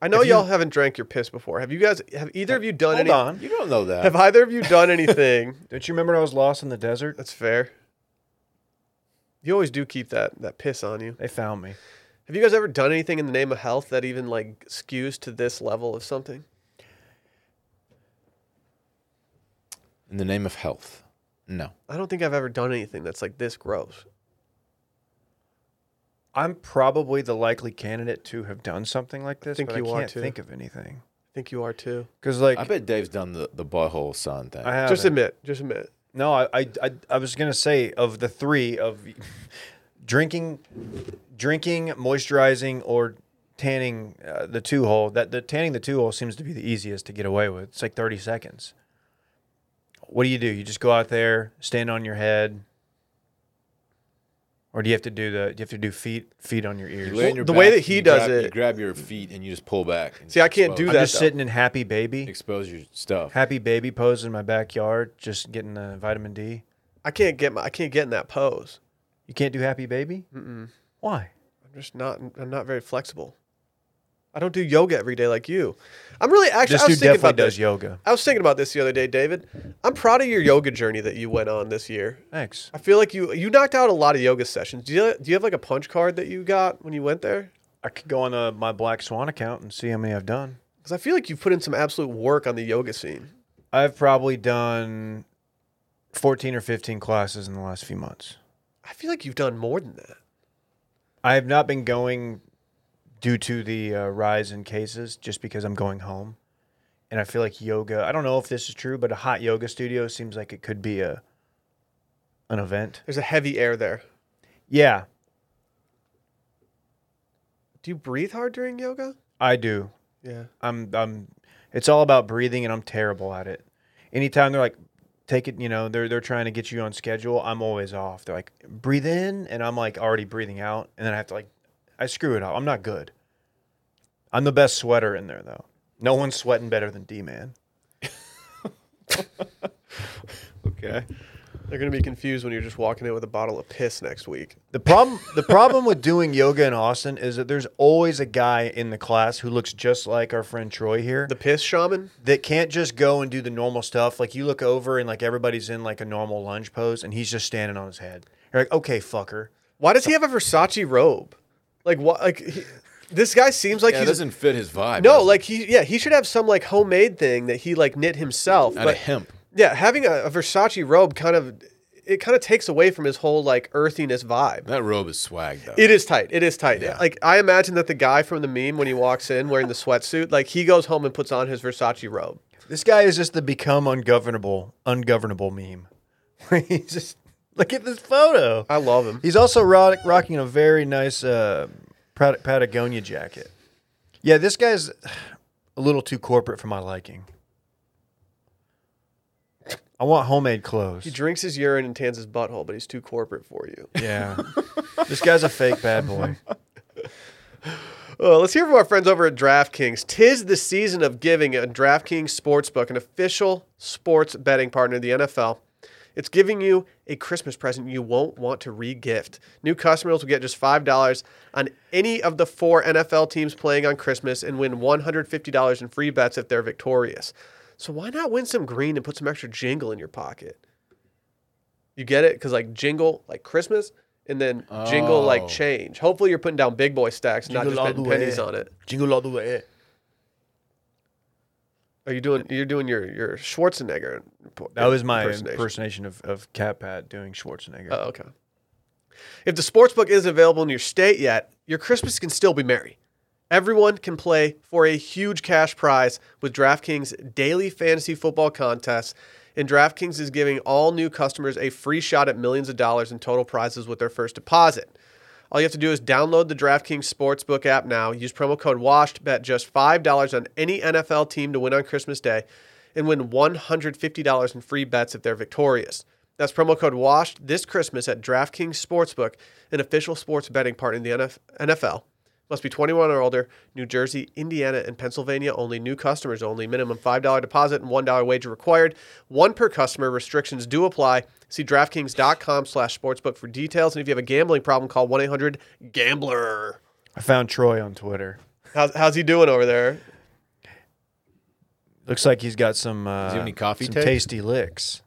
S1: I know
S2: if you-
S1: y'all haven't drank your piss before. Have you guys? Have either of you done
S2: Hold
S1: any?
S2: on.
S3: You don't know that.
S1: Have either of you done anything?
S2: Don't you remember when I was lost in the desert?
S1: That's fair. You always do keep that that piss on you.
S2: They found me.
S1: Have you guys ever done anything in the name of health that even like skews to this level of something?
S3: In the name of health. No.
S1: I don't think I've ever done anything that's like this gross.
S2: I'm probably the likely candidate to have done something like this,
S1: think
S2: but
S1: you
S2: I
S1: are
S2: can't
S1: too.
S2: think of anything.
S1: I think you are too.
S2: Because like
S3: I
S2: I,
S3: bet Dave's done the, the butthole son thing.
S2: have
S1: Just admit. Just admit.
S2: no, I, I I I was gonna say of the three of drinking, drinking, moisturizing, or tanning uh, the two hole. That the tanning the two hole seems to be the easiest to get away with. It's like 30 seconds. What do you do? You just go out there, stand on your head. Or do you have to do the? Do you have to do feet feet on your ears?
S3: You lay on your
S1: the way
S3: back
S1: that he
S3: and you
S1: does
S3: grab-
S1: it-
S3: you grab your feet and you just pull back. and
S1: See, I can't do
S3: expose-
S2: I'm
S1: that,
S2: just
S1: though.
S2: sitting in happy baby,
S3: Expose your stuff.
S2: happy baby pose in my backyard, just getting the vitamin D.
S1: I can't get my I can't get in that pose.
S2: You can't do happy baby. Mm-mm. Why?
S1: I'm just not I'm not very flexible. I don't do yoga every day like you. I'm really actually
S2: This
S1: I was
S2: dude
S1: thinking
S2: definitely
S1: about
S2: does
S1: this.
S2: yoga.
S1: I was thinking about this the other day, David. I'm proud of your yoga journey that you went on this year.
S2: Thanks.
S1: I feel like you you knocked out a lot of yoga sessions. Do you do you have like a punch card that you got when you went there?
S2: I could go on the, my Black Swan account and see how many I've done.
S1: Because I feel like you've put in some absolute work on the yoga scene.
S2: I've probably done fourteen or fifteen classes in the last few months.
S1: I feel like you've done more than that.
S2: I have not been going due to the uh, rise in cases, just because I'm going home, and I feel like yoga. I don't know if this is true, but a hot yoga studio seems like it could be a an event.
S1: There's a heavy air there.
S2: Yeah,
S1: Do you breathe hard during yoga?
S2: I do.
S1: Yeah.
S2: I'm I'm it's all about breathing and I'm terrible at it. Anytime they're like take it, you know, they're they're trying to get you on schedule, I'm always off. They're like breathe in and I'm like already breathing out and then I have to like I screw it up. I'm not good. I'm the best sweater in there though. No one's sweating better than D-Man.
S3: Okay.
S1: They're gonna be confused when you're just walking in with a bottle of piss next week.
S2: The problem the problem with doing yoga in Austin is that there's always a guy in the class who looks just like our friend Troy here.
S1: The piss shaman?
S2: that can't just go and do the normal stuff. Like you look over and like everybody's in like a normal lunge pose and he's just standing on his head. You're like, okay, fucker.
S1: Why does he have a Versace robe? Like what? Like he, this guy seems like
S3: Yeah, it
S1: he's
S3: doesn't fit his vibe.
S1: no,
S3: does it?
S1: like he yeah he should have some like homemade thing that he like knit himself.
S3: out
S1: but
S3: of hemp.
S1: yeah, having a, a Versace robe kind of it kind of takes away from his whole like earthiness vibe.
S3: That robe is swag though.
S1: It is tight. It is tight.
S3: Yeah.
S1: Like I imagine that the guy from the meme when he walks in wearing the sweatsuit, like he goes home and puts on his Versace robe.
S2: This guy is just the become ungovernable, ungovernable meme. he's just look at this photo.
S1: I love him.
S2: He's also ro- rocking a very nice uh, Pat- Patagonia jacket. Yeah, this guy's a little too corporate for my liking. I want homemade
S1: He
S2: clothes.
S1: drinks his urine and tans his butthole, but he's too corporate for you.
S2: Yeah. this guy's a fake bad boy.
S1: Uh, let's hear from our friends over at DraftKings. Tis the season of giving a DraftKings Sportsbook, an official sports betting partner of the NFL. It's giving you a Christmas present you won't want to re-gift. New customers will get just $5 on any of the four NFL teams playing on Christmas and win $150 in free bets if they're victorious. So why not win some green and put some extra jingle in your pocket? You get it? Because like jingle, like Christmas, and then jingle like
S3: Oh.
S1: change. Hopefully you're putting down big boy stacks, not
S2: Jingle
S1: just
S2: all
S1: betting
S2: the way.
S1: pennies on it.
S2: Jingle all the way.
S1: Are you doing? Oh, You're doing your your Schwarzenegger. imp-
S2: That was my impersonation,
S1: impersonation.
S2: of, of Cat Pat doing Schwarzenegger.
S3: Uh,
S1: Oh, okay. If the sports book isn't available in your state yet, your Christmas can still be merry. Everyone can play for a huge cash prize with DraftKings daily fantasy football contests, and DraftKings is giving all new customers a free shot at millions of dollars in total prizes with their first deposit. All you have to do is download the DraftKings Sportsbook app now, use promo code WASHED, bet just $5 on any NFL team to win on Christmas Day, and win $150 in free bets if they're victorious. That's promo code WASHED this Christmas at DraftKings Sportsbook, an official sports betting partner in the NF- NFL. Must be 21 or older, New Jersey, Indiana, and Pennsylvania only, new customers only, minimum $5 deposit and $1 wager required, one per customer, restrictions do apply. See DraftKings.com slash sportsbook for details, and if you have a gambling problem, call 1-800-GAMBLER.
S2: I found Troy on Twitter.
S1: How's, how's he doing over there?
S2: Looks like he's got some uh,
S3: he have any coffee
S2: some
S3: takes?
S2: tasty licks.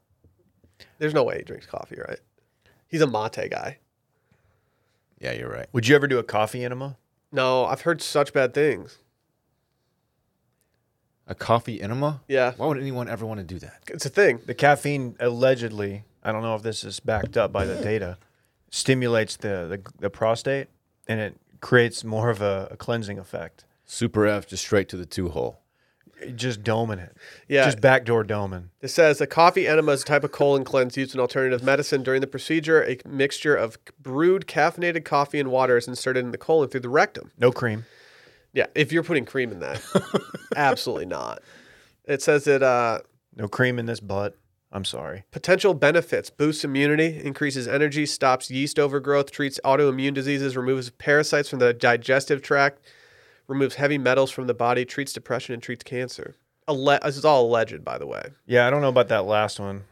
S1: There's no way he drinks coffee, right? He's a mate guy.
S3: Yeah, you're right.
S2: Would you ever do a coffee enema?
S1: No, I've heard such bad things.
S3: A coffee enema?
S1: Yeah,
S3: Why would anyone ever want to do that?
S1: it's a thing.
S2: The caffeine allegedly, I don't know if this is backed up by the data, stimulates the, the, the prostate and it creates more of a, a cleansing effect.
S3: Super F just straight to the two hole.
S2: Just doming it.
S1: Yeah.
S2: Just backdoor doming.
S1: It says a coffee enema is a type of colon cleanse used in alternative medicine. During the procedure, a mixture of brewed caffeinated coffee and water is inserted in the colon through the rectum.
S2: No cream.
S1: Yeah, if you're putting cream in that, absolutely not. It says that uh,
S2: No cream in this butt. I'm sorry.
S1: potential benefits boosts immunity, increases energy, stops yeast overgrowth, treats autoimmune diseases, removes parasites from the digestive tract, removes heavy metals from the body, treats depression, and treats cancer. Alle- this is all alleged, by the way.
S2: Yeah, I don't know about that last one.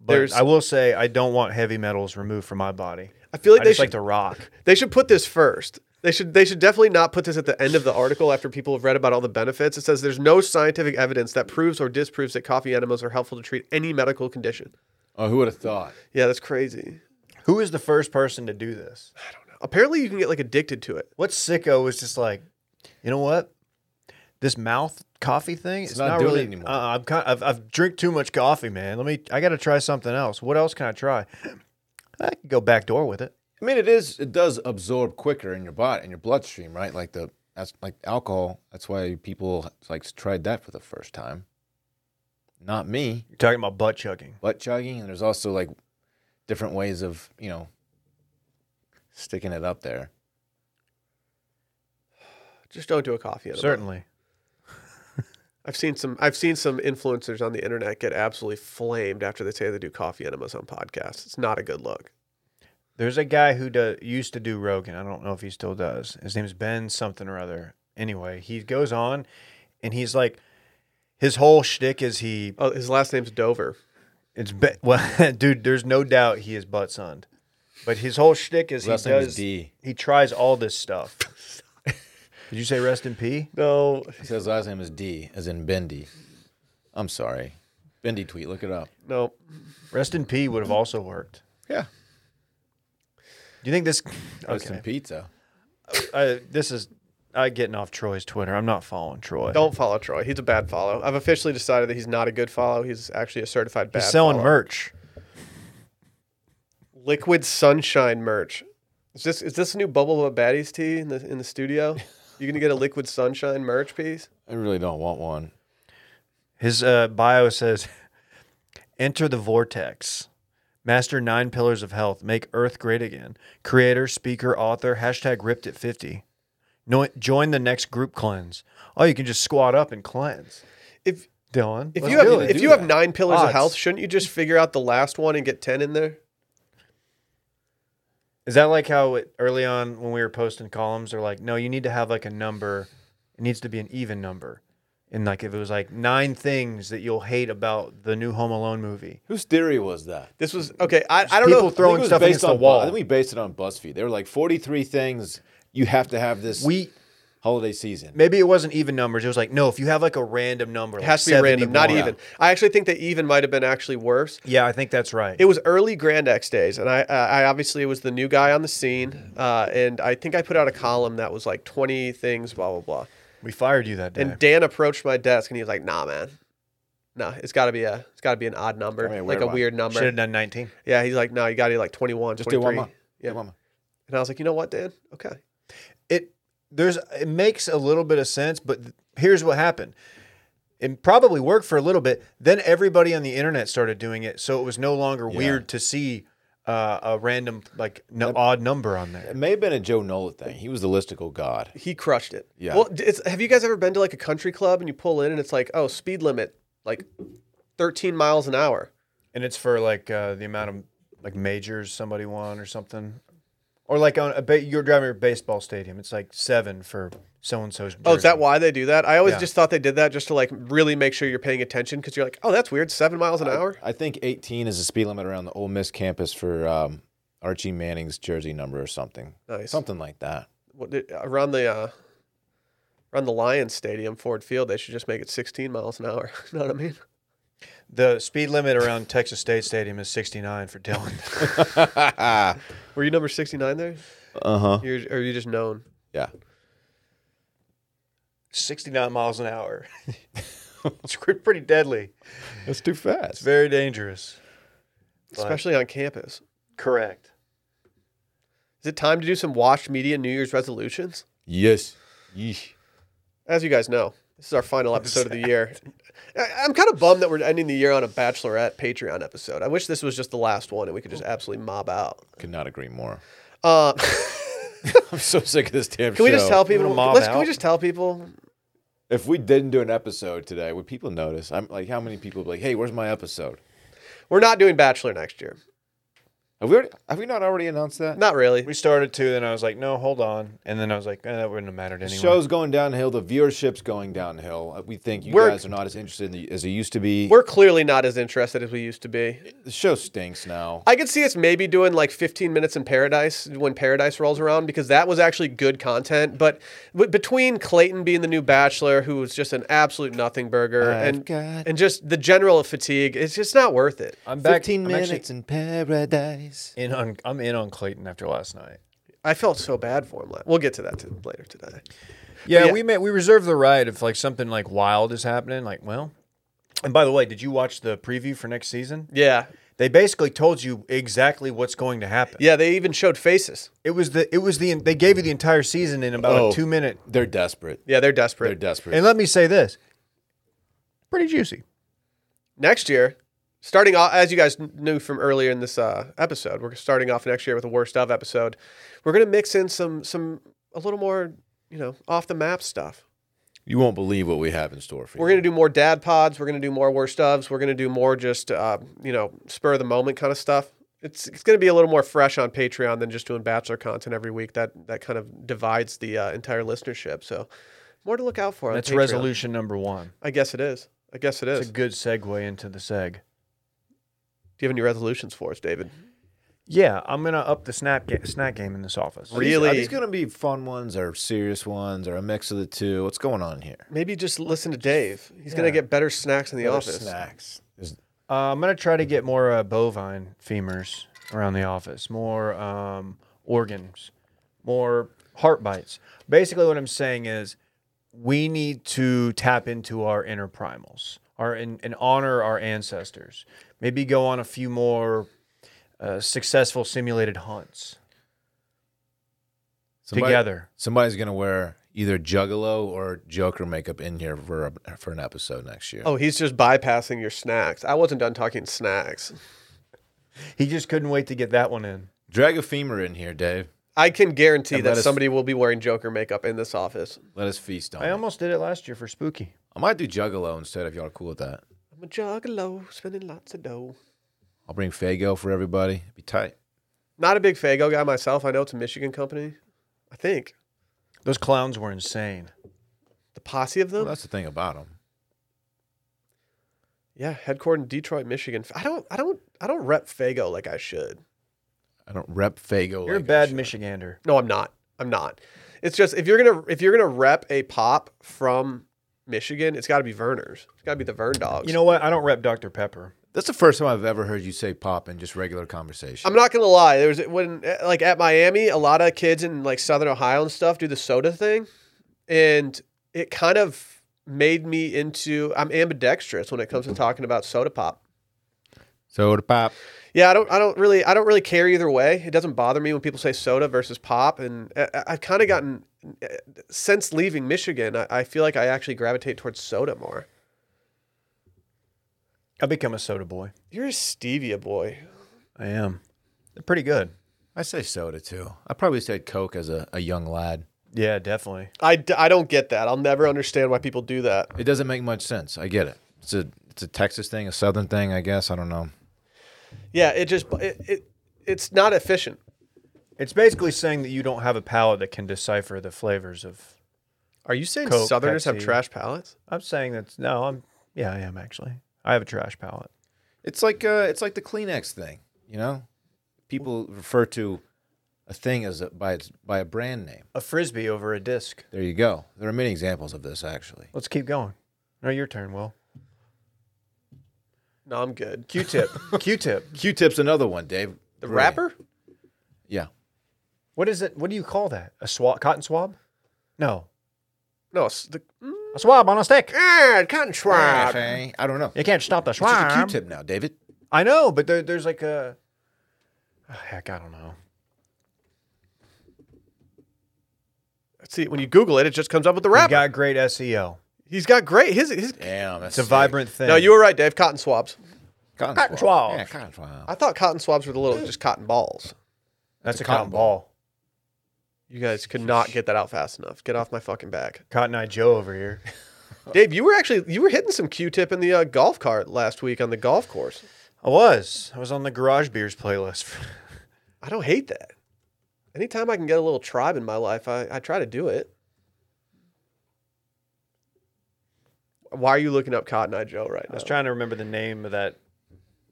S2: But
S1: There's-
S2: I will say I don't want heavy metals removed from my body.
S1: I feel like
S2: I
S1: they
S2: just
S1: should
S2: like to rock.
S1: They should put this first. They should they should definitely not put this at the end of the article after people have read about all the benefits. It says there's no scientific evidence that proves or disproves that coffee enemas are helpful to treat any medical condition.
S3: Oh, who would have thought?
S1: Yeah, that's crazy.
S2: Who is the first person to do this?
S1: Apparently you can get like addicted to it.
S2: What sicko was just like, you know what? This mouth coffee thing, it's,
S3: not
S2: not,
S3: doing it
S2: really.
S3: anymore."
S2: Uh, I've, kind I've I've drink too much coffee, man. Let me. I got to try something else. What else can I try? I could go back door with it.
S3: I mean, it is. It does absorb quicker in your body, in your bloodstream, right? Like the that's like alcohol. That's why people like tried that for the first time. Not me,
S2: You're talking about butt chugging.
S3: butt chugging, and there's also like different ways of you know sticking it up there.
S1: Just don't do a coffee enema.
S2: Certainly.
S1: I've seen some. I've seen some influencers on the internet get absolutely flamed after they say they do coffee enemas on podcasts. It's not a good look.
S2: There's a guy who do, used to do Rogan. I don't know if he still does. His name is Ben something or other. Anyway, he goes on and he's like, his whole shtick is he.
S1: Oh, his last name's Dover.
S2: It's Ben. Well, dude, there's no doubt he is butt sunned. But his whole shtick is
S3: Last
S2: he
S3: name
S2: does.
S3: is D.
S2: He tries all this stuff. Did you say rest in P?
S1: No,
S3: He says last name is D, as in Bendy. I'm sorry, Bendy tweet. Look it up.
S1: no.
S2: Rest in P would have also worked.
S3: Yeah,
S2: Do you think this?
S3: rest
S2: Okay,
S3: in pizza.
S2: I, this is. I getting off Troy's Twitter. I'm not following Troy.
S1: Don't follow Troy. He's a bad follow. I've officially decided that he's not a good follow. He's actually a certified bad.
S2: He's selling
S1: follow.
S2: merch.
S1: Liquid Sunshine merch. Is this is this a new Bubble of Baddies tee in the in the studio? You gonna get a Liquid Sunshine merch piece?
S3: I really don't want one.
S2: His uh, bio says, "Enter the vortex, master nine pillars of health, make Earth great again." Creator, speaker, author, hashtag ripped at fifty. No, join the next group cleanse. Oh, you can just squat up and cleanse,
S1: If
S2: Dylan.
S1: if
S3: Let's
S1: you have
S3: do it.
S1: if
S3: Do
S1: you
S3: that.
S1: have nine pillars of
S2: Odds.
S1: health, shouldn't you just figure out the last one and get ten in there?
S2: Is that like how it, early on when we were posting columns, they're like, no, you need to have like a number. It needs to be an even number. And like if it was like nine things that you'll hate about the new Home Alone movie.
S3: Whose theory was that?
S1: This was okay. I, I don't
S2: people
S1: know.
S2: throw- Throwing
S3: I think it was
S2: stuff
S3: based
S2: against the
S3: on Bu-
S2: wall.
S3: I think we based it on BuzzFeed. They were like 43 things you have to have this
S2: We
S3: holiday season.
S2: maybe it wasn't even numbers. It was like, no, if you have like a random number,
S1: It has to be random, not even.
S2: Yeah.
S1: I actually think that even might have been actually worse.
S2: I think that's right.
S1: It was early Grand X days, and I I I obviously was the new guy on the scene, uh, and I think I put out a column that was like twenty things, blah blah blah.
S2: we fired you that day.
S1: And Dan approached my desk and he was like, "Nah, man, nah, it's got to be a, it's got to be an odd number,
S3: Gotta be a
S1: like
S3: weird
S1: a
S3: one.
S1: weird number."
S2: Should have done 19.
S1: Yeah, he's like, "No, you got to do like 21,
S3: Just do
S1: 23.
S3: one more.
S1: Yeah.
S3: Yeah, mama.
S1: And I was like, "You know what, Dan? Okay,
S2: It there's it makes a little bit of sense, but th- here's what happened. It probably worked for a little bit. Then everybody on the internet started doing it, so it was no longer
S3: Yeah.
S2: weird to see uh, a random like no, odd number on there.
S3: It may have been a Joe Nola thing. He was the listicle god.
S1: he crushed it."
S3: Yeah.
S1: Well, d- it's, have you guys ever been to like a country club and you pull in and it's like, "Oh, speed limit like 13 miles an hour."
S2: And it's for like uh, the amount of like majors somebody won or something. Or like on a ba- you're driving a baseball stadium, it's like seven for so and so's.
S1: Oh, is that why they do that? I always
S2: Yeah.
S1: just thought they did that just to like really make sure you're paying attention because you're like, "Oh, that's weird, seven miles an hour."
S3: I think 18 is the speed limit around the Ole Miss campus for um, Archie Manning's jersey number or something.
S1: Nice.
S3: Something like that.
S1: what did, around the uh, around the Lions Stadium, Ford Field, they should just make it 16 miles an hour. you know what I mean?
S2: The speed limit around Texas State Stadium is 69 for Dylan.
S3: uh
S1: Were you number 69 there?
S3: huh.
S1: You're, or are you just known?
S3: Yeah.
S2: 69 miles an hour. it's cr- pretty deadly.
S3: That's too
S2: It's
S3: fast.
S2: very dangerous. But-
S1: Especially on campus.
S2: correct.
S1: Is it time to do some watched media New Year's resolutions?
S3: Yes. Yeesh.
S1: As you guys know, this is our final episode of the year. I- I'm kind of bummed that we're ending the year on a Bachelorette Patreon episode. I wish this was just the last one and we could just absolutely mob out.
S3: Could not agree more.
S1: Uh,
S3: I'm so sick of this damn
S1: can we just tell people?
S2: gonna mob
S1: Let's, can we
S2: out?
S1: just tell people?
S3: If we didn't do an episode today, would people notice? I'm like, how many people would be like, hey, where's my episode?
S1: We're not doing Bachelor next year.
S3: Have we, already, have we not already announced that?
S1: Not really.
S2: We started to, then I was like, no, hold on. And then I was like, eh, that wouldn't have mattered anyway.
S3: Show's going downhill. The viewership's going downhill. Uh, We think you
S1: We're-
S3: guys are not as interested in the, as you used to be.
S1: We're clearly not as interested as we used to be.
S3: The show stinks now.
S1: I could see us maybe doing like 15 minutes in Paradise when Paradise rolls around because that was actually good content. But w- between Clayton being the new bachelor, who was just an absolute nothing burger,
S3: I've
S1: and
S3: got-
S1: and just the general fatigue, it's just not worth it.
S2: I'm back.
S3: 15
S2: I'm actually
S3: minutes in paradise.
S2: in on, I'm in on Clayton after last night.
S1: I felt so bad for him. la- We'll get to that to later today.
S2: Yeah,
S1: yeah.
S2: we may, we reserve the right if like something like wild is happening. Like, well, and by the way, did you watch the preview for next season?
S1: Yeah,
S2: They basically told you exactly what's going to happen.
S1: yeah. They even showed faces.
S2: It was the it was the they gave you the entire season in about
S3: Oh.
S2: a two minute.
S3: They're desperate.
S1: Yeah, they're
S3: They're
S1: desperate.
S3: desperate.
S2: And let me say this, pretty juicy.
S1: Next year, starting off as you guys knew from earlier in this uh, episode we're starting off next year with a worst of episode we're going to mix in some some a little more you know off the map stuff
S3: You won't believe what we have in store for you.
S1: we're going to do more dad pods we're going to do more worst ofs we're going to do more just uh, you know spur of the moment kind of stuff it's, it's going to be a little more fresh on patreon than just doing bachelor content every week that that kind of divides the uh, entire listenership so more to look out for on
S2: That's
S1: Patreon.
S2: resolution number one.
S1: i guess it is i guess it
S2: It's
S1: is
S2: a good segue into the seg.
S1: do you have any resolutions for us david
S2: Yeah, I'm gonna up the snap ga- snack game in this office.
S1: Re- Really?
S3: Are these going to be fun ones or serious ones or a mix of the two? What's going on here?
S1: Maybe just listen to Dave. He's gonna
S2: Yeah.
S1: get better snacks in the
S3: Other
S1: office.
S3: Snacks. Is-
S2: Uh, I'm gonna try to get more uh, bovine femurs around the office, more um, organs, more heart bites. Basically, what I'm saying is, we need to tap into our inner primals, our and, and honor our ancestors. Maybe go on a few more uh, successful simulated hunts
S3: Somebody-
S2: together.
S3: Somebody's going to wear either Juggalo or Joker makeup in here for a, for an episode next year.
S1: Oh, he's just bypassing your snacks. I wasn't done talking snacks.
S2: He just couldn't wait to get that one in.
S3: Drag a femur in here, Dave.
S1: I can guarantee
S3: And
S1: that
S3: let us-
S1: somebody will be wearing Joker makeup in this office.
S3: Let us feast on
S2: I
S3: it.
S2: almost did it last year for Spooky.
S3: I might do Juggalo instead if y'all are cool with that.
S1: I'm a juggalo, spending lots of dough.
S3: I'll bring Fago for everybody. Be tight.
S1: Not a big Fago guy myself. I know it's a Michigan company. I think
S2: Those clowns were insane.
S1: the posse of
S3: Well,
S1: them.
S3: that's the thing about him.
S1: yeah, headquartered in Detroit, Michigan. I don't, I don't, I don't rep Fago like I should.
S3: I don't rep Fago.
S2: You're
S3: like
S2: a
S3: I
S2: bad
S3: should.
S2: Michigander.
S1: No, I'm not. I'm not. It's just if you're gonna if you're gonna rep a pop from Michigan, it's got to be Verner's. It's got to be the Vern dogs.
S2: You know what? I don't rep Dr. Pepper.
S3: That's the first time I've ever heard you say pop in just regular conversation.
S1: I'm not gonna lie. There was when like at Miami, a lot of kids in like Southern Ohio and stuff do the soda thing, and it kind of made me into I'm ambidextrous when it comes to talking about soda pop.
S3: so to pop.
S1: Yeah, I don't I don't really I don't really care either way. It doesn't bother me when people say soda versus pop, and I, I- I've kind of gotten since leaving Michigan, I, I feel like I actually gravitate towards soda more.
S2: I become a soda boy.
S1: You're a stevia boy.
S2: I am. They're pretty good.
S3: I say soda too. I probably said Coke as a, a young lad.
S2: Yeah, definitely.
S1: I, d- I don't get that. I'll never understand why people do that.
S3: It doesn't make much sense. I get it. It's a it's a Texas thing, a Southern thing, I guess. I don't know.
S1: Yeah, it just it, it it's not efficient.
S2: It's basically saying that you don't have a palate that can decipher the flavors of.
S1: Are you saying
S2: Coke,
S1: Southerners have
S2: Pepsi.
S1: trash palates?
S2: I'm saying that's no. I'm yeah, I am actually. I have a trash palate.
S3: It's like uh, it's like the Kleenex thing. You know, people refer to a thing as a, by its by a brand name.
S2: A frisbee over a disc.
S3: There you go. There are many examples of this actually.
S2: Let's keep going. No, your turn, Will.
S1: No, I'm good.
S2: Q-tip. Q-tip.
S3: Q-tip's another one, Dave.
S1: The
S3: Brilliant.
S1: rapper?
S3: Yeah.
S2: What is it? What do you call that? A swab? Cotton swab? No,
S1: No, it's the
S2: a swab on a stick.
S1: ah, cotton swab.
S3: I don't know.
S2: You can't stop the
S3: It's just a
S2: swab.
S3: Q-tip now, David.
S2: I know, but there, there's like a. Ah, heck, I don't know.
S1: See, when you Google it, it just comes up with the
S2: You
S1: rapper.
S2: got great SEO.
S1: He's got great his his.
S3: Damn, that's
S2: It's a
S3: sick.
S2: vibrant thing.
S1: No, you were right, Dave. Cotton swabs.
S3: cotton,
S2: Cotton
S3: swab.
S2: swab.
S3: Yeah, cotton swab.
S1: I thought cotton swabs were the little just cotton balls.
S2: That's a
S3: cotton
S2: cotton, ball.
S1: You guys could not get that out fast enough. Get off my fucking back,
S2: Cotton Eye Joe over here.
S1: Dave. You were actually you were hitting some Q-tip in the uh, golf cart last week on the golf course.
S2: I was. I was on the Garage Beers playlist.
S1: I don't hate that. Anytime I can get a little tribe in my life, I, I try to do it. Why are you looking up Cotton Eye Joe right
S2: I
S1: now?
S2: was trying to remember the name of that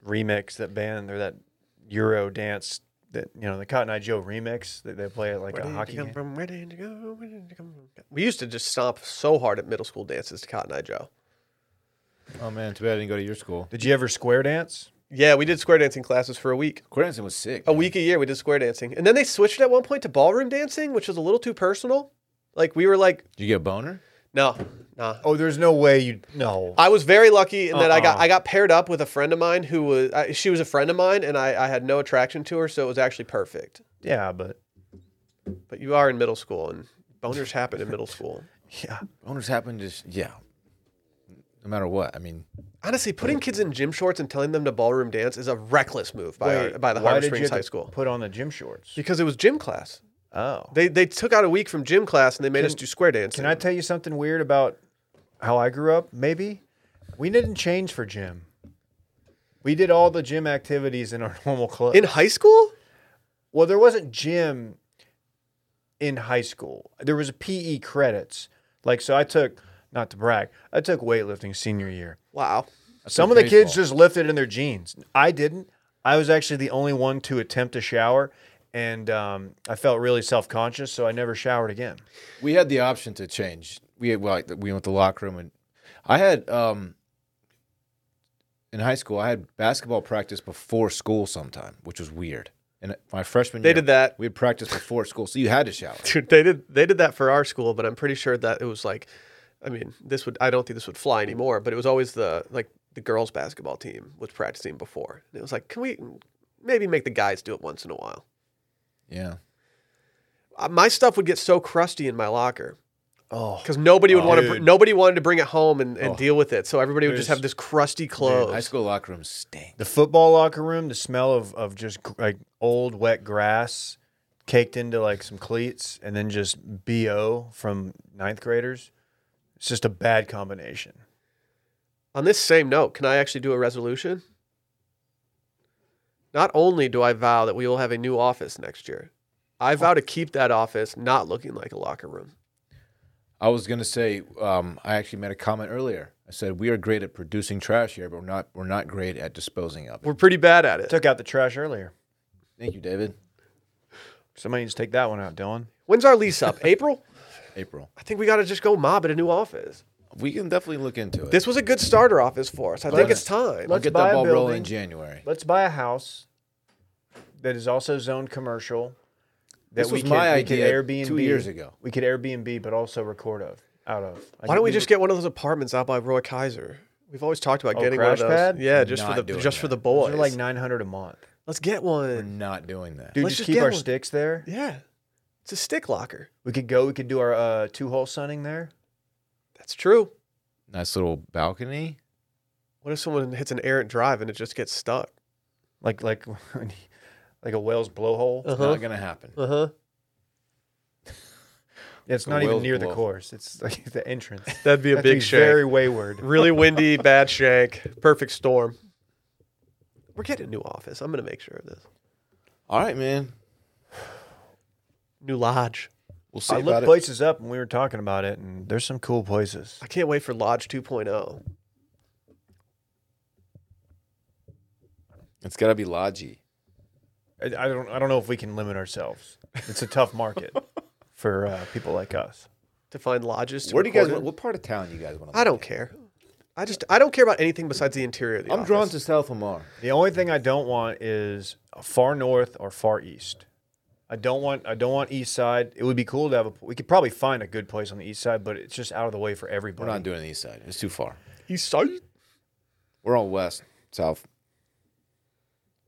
S2: remix, that band, or that Euro dance that you know, the Cotton Eye Joe remix that they play at like a
S1: Where did
S2: hockey
S1: you come
S2: game.
S1: from? Where did you go? Where did you come from? We used to just stomp so hard at middle school dances to Cotton Eye Joe.
S3: Oh man, too bad I didn't go to your school.
S2: Did you ever square dance?
S1: Yeah, we did square dancing classes for a week.
S3: Quentin was sick.
S1: A
S3: man.
S1: week a year Oh, we did square dancing. And then they switched at one point to ballroom dancing, which was a little too personal. Like we were like,
S3: Did you get a boner?
S1: no, nah.
S2: Oh, there's no way you no.
S1: I was very lucky in that I got
S2: Uh-uh.
S1: I got paired up with a friend of mine who was I, she was a friend of mine and I, I had no attraction to her, so it was actually perfect.
S2: Yeah, but
S1: But you are in middle school and boners happen in middle school.
S2: yeah.
S3: Boners happened just yeah. no matter what. I mean,
S1: Honestly, putting kids in gym shorts and telling them to ballroom dance is a reckless move by our,
S2: Wait,
S1: by the
S2: why
S1: Harbor
S2: did you
S1: Springs
S2: have
S1: High
S2: to
S1: School
S2: Put on the gym shorts.
S1: because it was gym class.
S2: Oh.
S1: They they took out a week from gym class and they made us do square dancing.
S2: Can I tell you something weird about how I grew up? Maybe we didn't change for gym. We did all the gym activities in our normal club.
S1: in high school?
S2: well, there wasn't gym in high school. There was PE credits. Like so, I took not to brag, I took weightlifting senior year.
S1: Wow.
S2: Some of
S3: took
S2: the kids
S3: baseball.
S2: just lifted in their jeans. I didn't. I was actually the only one to attempt a shower, and um, I felt really self conscious, so I never showered again.
S3: we had the option to change. We had, well, like, we went to the locker room and I had um in high school I had basketball practice before school sometime, which was weird. And my freshman
S1: They
S3: year,
S1: did that.
S3: We had practice before school, so you had to shower.
S1: Dude, they did they did that for our school, but I'm pretty sure that it was like I mean, this would I don't think this would fly anymore, but it was always the like the girls basketball team was practicing before. And it was like, can we maybe make the guys do it once in a while?
S3: Yeah,
S1: Uh, My stuff would get so crusty in my locker
S2: Oh,
S1: because nobody would want to.
S2: Dude.
S1: nobody wanted to bring it home and, and
S2: Oh.
S1: deal with it. So everybody would just
S2: There's-
S1: have this crusty
S3: Dude,
S1: clothes.
S3: high school locker rooms stink.
S2: the football locker room, the smell of, of just gr- like old wet grass caked into like some cleats and then just BO from ninth graders. It's just a bad combination.
S1: On this same note, can I actually do a resolution? Not only do I vow that we will have a new office next year, I vow to keep that office not looking like a locker room.
S3: I was gonna say, um, I actually made a comment earlier. I said we are great at producing trash here, but we're not we're not great at disposing of it.
S1: We're pretty bad at it.
S2: Took out the trash earlier.
S3: Thank you, David.
S2: Somebody needs to take that one out, Dylan.
S1: When's our lease up? April?
S3: April.
S1: I think we got to just go mob at a new office.
S3: We can definitely look into it.
S1: This was a good starter office for us. I think
S2: Let's-
S1: it's time.
S3: I'll
S2: let's
S3: get
S2: buy
S3: that
S2: a
S3: ball rolling
S2: building.
S3: in January.
S2: Let's buy a house that is also zoned commercial. That
S3: This was my idea two years ago.
S2: We could Airbnb, but also record of out of. Like,
S1: Why don't we just get one of those apartments out by Roy Kaiser? We've always talked about
S2: Oh,
S1: getting one of those.
S2: Crash Pad?
S1: Yeah, just for
S3: Not
S1: the
S3: doing
S1: just for
S3: that.
S1: the boys.
S2: Those are like nine hundred a month.
S1: Let's get
S3: We're
S1: one.
S3: not doing that.
S2: Dude,
S1: Let's
S2: just,
S1: just
S2: keep
S1: get
S2: our
S1: one.
S2: sticks there.
S1: Yeah. It's a stick locker.
S2: We could go. We could do our uh, two hole sunning there.
S1: That's true.
S3: Nice little balcony.
S1: What if someone hits an errant drive and it just gets stuck?
S2: like like like a whale's blowhole.
S3: It's
S1: Uh-huh.
S3: not gonna happen.
S1: Uh huh.
S2: It's
S3: A
S2: not even
S3: whale's
S2: near the
S3: blow.
S2: course. It's like the entrance.
S1: That'd be a
S2: That'd
S1: big
S2: be
S1: shake.
S2: Very wayward.
S1: Really windy, bad shake, perfect storm. We're getting a new office. I'm gonna make sure of this.
S3: All right, man.
S1: New lodge.
S3: We'll see
S2: I
S3: about
S2: looked
S3: it.
S2: places up and we were talking about it, and there's some cool places.
S1: I can't wait for Lodge 2.0.
S3: It's gotta be Lodgy.
S2: I, I don't I don't know if we can limit ourselves. It's a tough market for uh, people like us.
S1: To find lodges. To
S3: Where do you guys?
S1: record in.
S3: What part of town you guys want to?
S1: I don't care. I just I don't care about anything besides the interior of the
S3: I'm
S1: office.
S3: drawn to South Lamar.
S2: The only thing I don't want is far north or far east. I don't want I don't want east side. It would be cool to have a. We could probably find a good place on the east side, but it's just out of the way for
S3: We're
S2: everybody.
S3: not doing the East Side. It's too far.
S1: East side.
S3: We're all West, South.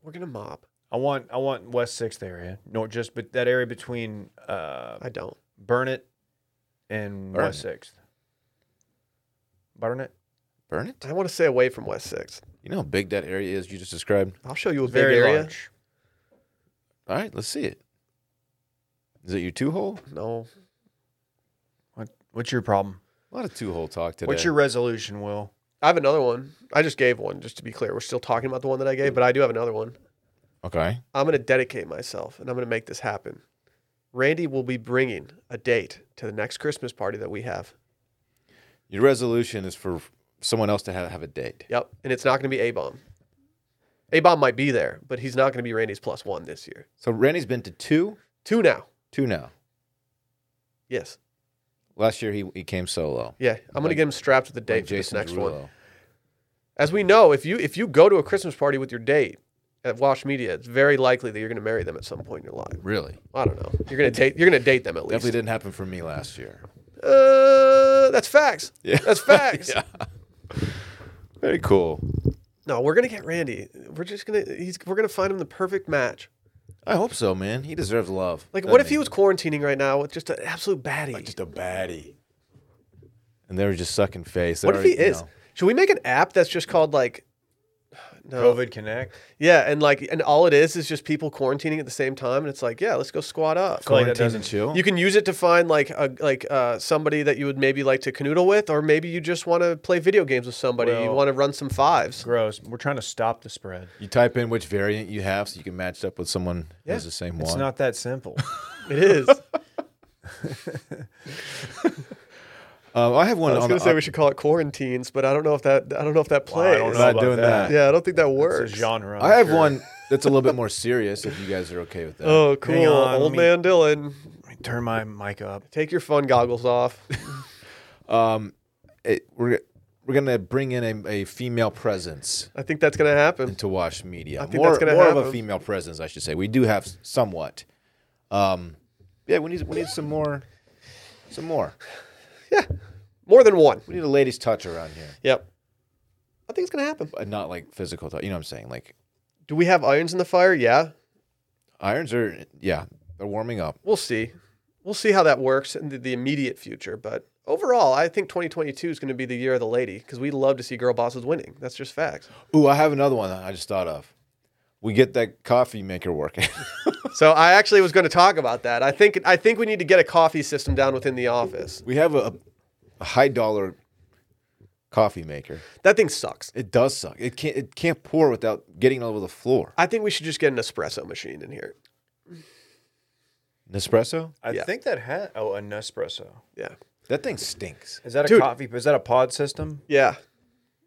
S1: We're gonna mob.
S2: I want I want West Sixth area, no, just but that area between uh,
S1: I don't.
S2: Burnett and
S3: Burnet.
S2: West Sixth. Burnett,
S3: Burn it.
S1: I want to stay away from West Sixth.
S3: You know how big that area is you just described.
S1: I'll show you a
S2: very
S1: big area.
S2: large.
S3: All right, let's see it. Is it your two hole?
S1: No.
S2: What, what's your problem?
S3: A lot of two hole talk today.
S2: What's your resolution, Will?
S1: I have another one. I just gave one, just to be clear. We're still talking about the one that I gave, but I do have another one.
S3: okay?
S1: I'm going to dedicate myself and I'm going to make this happen. Randy will be bringing a date to the next Christmas party that we have.
S3: Your resolution is for someone else to have, have a date.
S1: Yep. And it's not going to be A Bomb. A Bomb might be there, but he's not going to be Randy's plus one this year.
S3: So Randy's been to two,
S1: Two now.
S3: two now.
S1: Yes.
S3: Last year he, he came solo.
S1: Yeah. I'm going to
S3: Like-
S1: get him strapped with a date
S3: Like
S1: for this
S3: Jason
S1: next one.
S3: Derulo.
S1: As we know, if you if you go to a Christmas party with your date at Wash Media, it's very likely that you're going to marry them at some point in your life.
S3: Really?
S1: I don't know. You're going to date you're going to date them at least.
S3: Definitely didn't happen for me last year.
S1: Uh, that's facts.
S3: Yeah.
S1: That's facts.
S3: Yeah. Very cool.
S1: No, we're gonna get Randy. We're just gonna he's we're gonna find him the perfect match.
S3: I hope so, man. He deserves love.
S1: Like,
S3: doesn't
S1: what if he was quarantining right now with just an absolute baddie?
S3: just a baddie? And they were just sucking face. They
S1: what if he
S3: already- you
S1: is?
S3: know.
S1: Should we make an app that's just called like no.
S2: COVID Connect.
S1: Yeah, and like and all it is is just people quarantining at the same time and it's like, yeah, let's go squat up.
S2: Cool. Like, that
S3: Quarantine
S2: doesn't-
S3: and chill.
S1: You can use it to find like a like uh, somebody that you would maybe like to canoodle with or maybe you just want to play video games with somebody. you
S2: Well-
S1: want to run some fives.
S2: Gross. We're trying to stop the spread.
S3: You type in which variant you have, so you can match it up with someone who has the same
S2: It's
S3: one.
S2: not that simple.
S1: It is.
S3: Uh, I have one.
S1: I was
S3: on
S1: going
S3: the-
S1: to say we should call it quarantines, but I don't know if that I don't know if that
S2: Well, I
S1: plays.
S2: don't know
S3: Not
S2: about
S3: doing that.
S1: Yeah, I don't think that
S2: It's
S1: works.
S2: a genre.
S3: I
S2: I'm
S3: have
S2: sure.
S3: one that's a little bit more serious. If you guys are okay with that.
S1: Oh, cool.
S2: on, let
S1: Old
S2: me-
S1: man Dylan,
S2: Let me turn my mic up.
S1: take your fun goggles off.
S3: It- we're we're gonna bring in a, a female presence
S1: I think that's going to happen.
S3: to Wash Media.
S1: think
S3: more
S1: that's gonna
S3: more of a
S1: happen.
S3: female presence, I should say. We do have s- somewhat. Um, yeah, we need we need some more, some more.
S1: More than one.
S3: We need a ladies' touch around here,
S1: Yep. I think it's going to happen.
S3: but not like physical touch. You know what I'm saying? Like
S1: Do we have irons in the fire? Yeah.
S3: irons are yeah, they're warming up.
S1: We'll see. We'll see how that works in the, the immediate future. But overall, I think 2022 is going to be the year of the lady because we love to see girl bosses winning. That's just facts.
S3: Ooh, I have another one that I just thought of. We get that coffee maker working.
S1: So I actually was going to talk about that. I think I think we need to get a coffee system down within the office.
S3: we have a, a high dollar coffee maker.
S1: That thing sucks.
S3: It does suck. It can't it can't pour without getting all over the floor.
S1: I think we should just get an espresso machine in here.
S3: Nespresso?
S2: I
S1: Yeah.
S2: think that had oh a Nespresso.
S1: Yeah.
S3: That thing stinks.
S2: Is that a
S1: Dude.
S2: coffee? Is that a pod system?
S1: Yeah.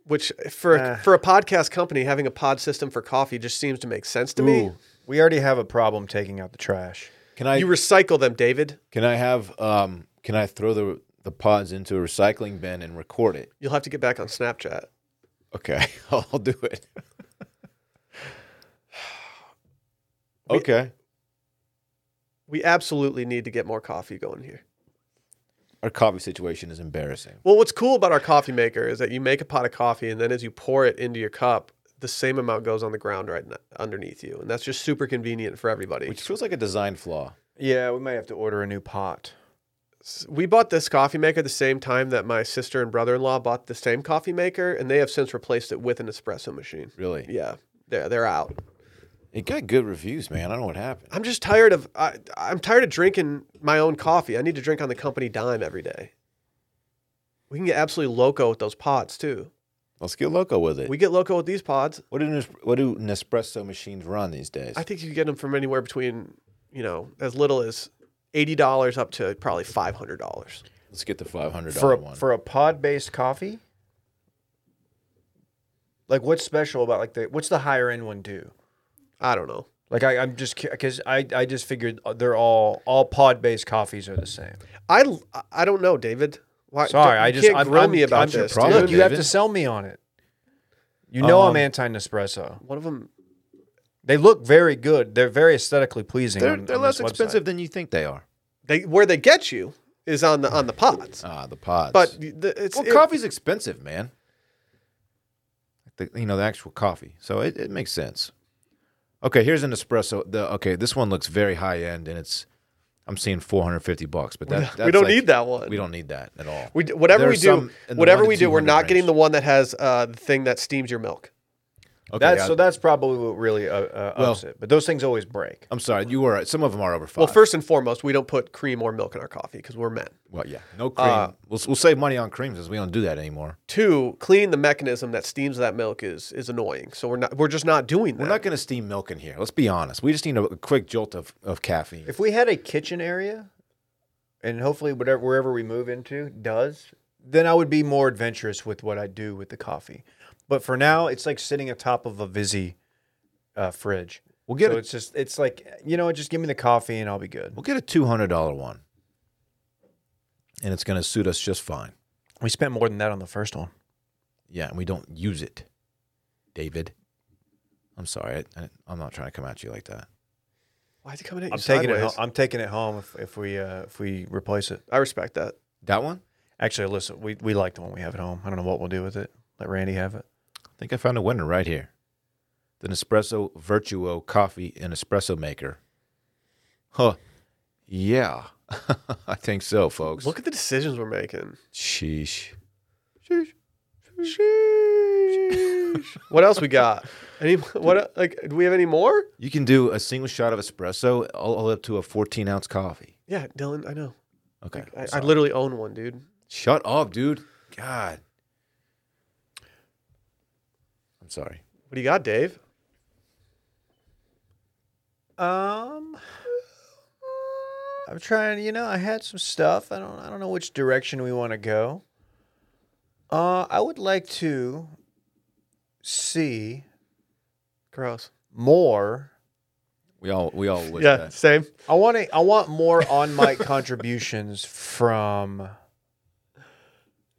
S1: Which for
S2: Uh.
S1: for a podcast company having a pod system for coffee just seems to make sense to me.
S3: Ooh.
S2: We already have a problem taking out the trash.
S3: Can I
S1: You recycle them, David.
S3: can I have um can I throw the the pods into a recycling bin and record it?
S1: You'll have to get back on Snapchat.
S3: Okay. I'll do it. okay.
S1: We absolutely need to get more coffee going here.
S3: Our coffee situation is embarrassing.
S1: Well, what's cool about our coffee maker is that you make a pot of coffee, and then as you pour it into your cup, the same amount goes on the ground right n- underneath you, and that's just super convenient for everybody.
S3: Which feels like a design flaw.
S2: Yeah, we might have to order a new pot.
S1: S- we bought this coffee maker the same time that my sister and brother-in-law bought the same coffee maker, and they have since replaced it with an espresso machine.
S3: Really.
S1: Yeah, they're they're out.
S3: It got good reviews, man. I don't know what happened.
S1: I'm just tired of I, I'm tired of drinking my own coffee. I need to drink on the company dime every day. We can get absolutely loco with those pods too.
S3: Let's get loco with it.
S1: We get loco with these pods.
S3: what do Nes- what do Nespresso machines run these days?
S1: I think you can get them from anywhere between, you know, as little as eighty dollars up to probably five hundred dollars.
S3: Let's get the five hundred
S2: for
S3: dollar
S2: a,
S3: one.
S2: for a pod based coffee. Like what's special about like the what's the higher end one do?
S1: I don't know.
S2: Like I, I'm just because I I just figured uh, they're all all pod based coffees are the same.
S1: I I don't know, David. Why,
S2: Sorry,
S1: you
S2: I just
S1: can't
S2: I'm,
S1: grill
S2: I'm-
S1: me about
S2: I'm-
S1: this.
S3: problem,
S1: dude.
S2: Look, you have to
S3: David.
S2: sell me on it. You know
S3: Um,
S2: I'm anti Nespresso.
S1: One of them.
S2: They look very good. They're very aesthetically pleasing.
S3: they're
S2: on-
S3: they're
S2: on
S3: less
S2: this website.
S3: expensive than you think they are.
S1: They where they get you is on the on the
S2: Uh,
S1: pods.
S3: Ah, the pods.
S1: But the, it's
S3: well,
S1: it-
S3: coffee's expensive, man. The, you know the actual coffee, so it, it makes sense. Okay, here's an espresso. The okay, this one looks very high end, and it's I'm seeing 450 bucks, but that
S1: we don't
S3: like-
S1: need that one.
S3: We don't need that at all.
S1: We d- whatever we
S3: There's
S1: do,
S3: some in the
S1: whatever
S3: one to
S1: we do, we're
S3: 200
S1: not getting
S3: range.
S1: the one that has uh, the thing that steams your milk.
S3: Okay,
S2: That's
S3: I-
S2: so that's probably what really uh, uh,
S3: Well-
S2: ups it. But those things always break.
S3: I'm sorry, you were right. Some of them are over five.
S1: Well, first and foremost, we don't put cream or milk in our coffee because we're men.
S3: Well, yeah, no cream.
S1: uh,
S3: we'll, we'll save money on creams because we don't do that anymore.
S1: Two, cleaning the mechanism that steams that milk is is annoying. So we're not we're just not doing that.
S3: We're not going to steam milk in here. Let's be honest. We just need a, a quick jolt of, of caffeine.
S2: If we had a kitchen area, and hopefully whatever wherever we move into does, then I would be more adventurous with what I do with the coffee. But for now, it's like sitting atop of a Vizzy uh, fridge.
S3: we'll get
S2: so
S3: a,
S2: it's just it's like you know, just give me the coffee and I'll be good.
S3: we'll get a two hundred dollar one, and it's going to suit us just fine.
S2: We spent more than that on the first one.
S3: Yeah, and we don't use it, David. I'm sorry. I, I, am not trying to come at you like that.
S1: Why is he coming at you
S2: I'm taking it.
S1: sideways?
S2: Home, I'm taking it home if, if we uh, if we replace it.
S1: I respect that.
S3: That one?
S2: Actually, listen, we we like the one we have at home. I don't know what we'll do with it. Let Randy have it.
S3: I think I found a winner right here. The Nespresso Virtuo coffee and espresso maker. Huh. Yeah. I think so, folks.
S1: Look at the decisions we're making.
S3: Sheesh.
S1: Sheesh. What else we got? Any what uh, like do we have any more?
S3: You can do a single shot of espresso all, all up to a 14 ounce coffee.
S1: Yeah, Dylan, I know.
S3: Okay.
S1: I, I
S3: sorry.
S1: literally own one, dude.
S3: Shut up, dude. God. I'm sorry.
S1: What do you got, Dave?
S2: Um, I'm trying. You know, I had some stuff. I don't. I don't know which direction we want to go. Uh, I would like to see
S1: Gross.
S2: more.
S3: We all we all wish
S1: yeah,
S3: that.
S1: same.
S2: I want to. I want more on mic contributions from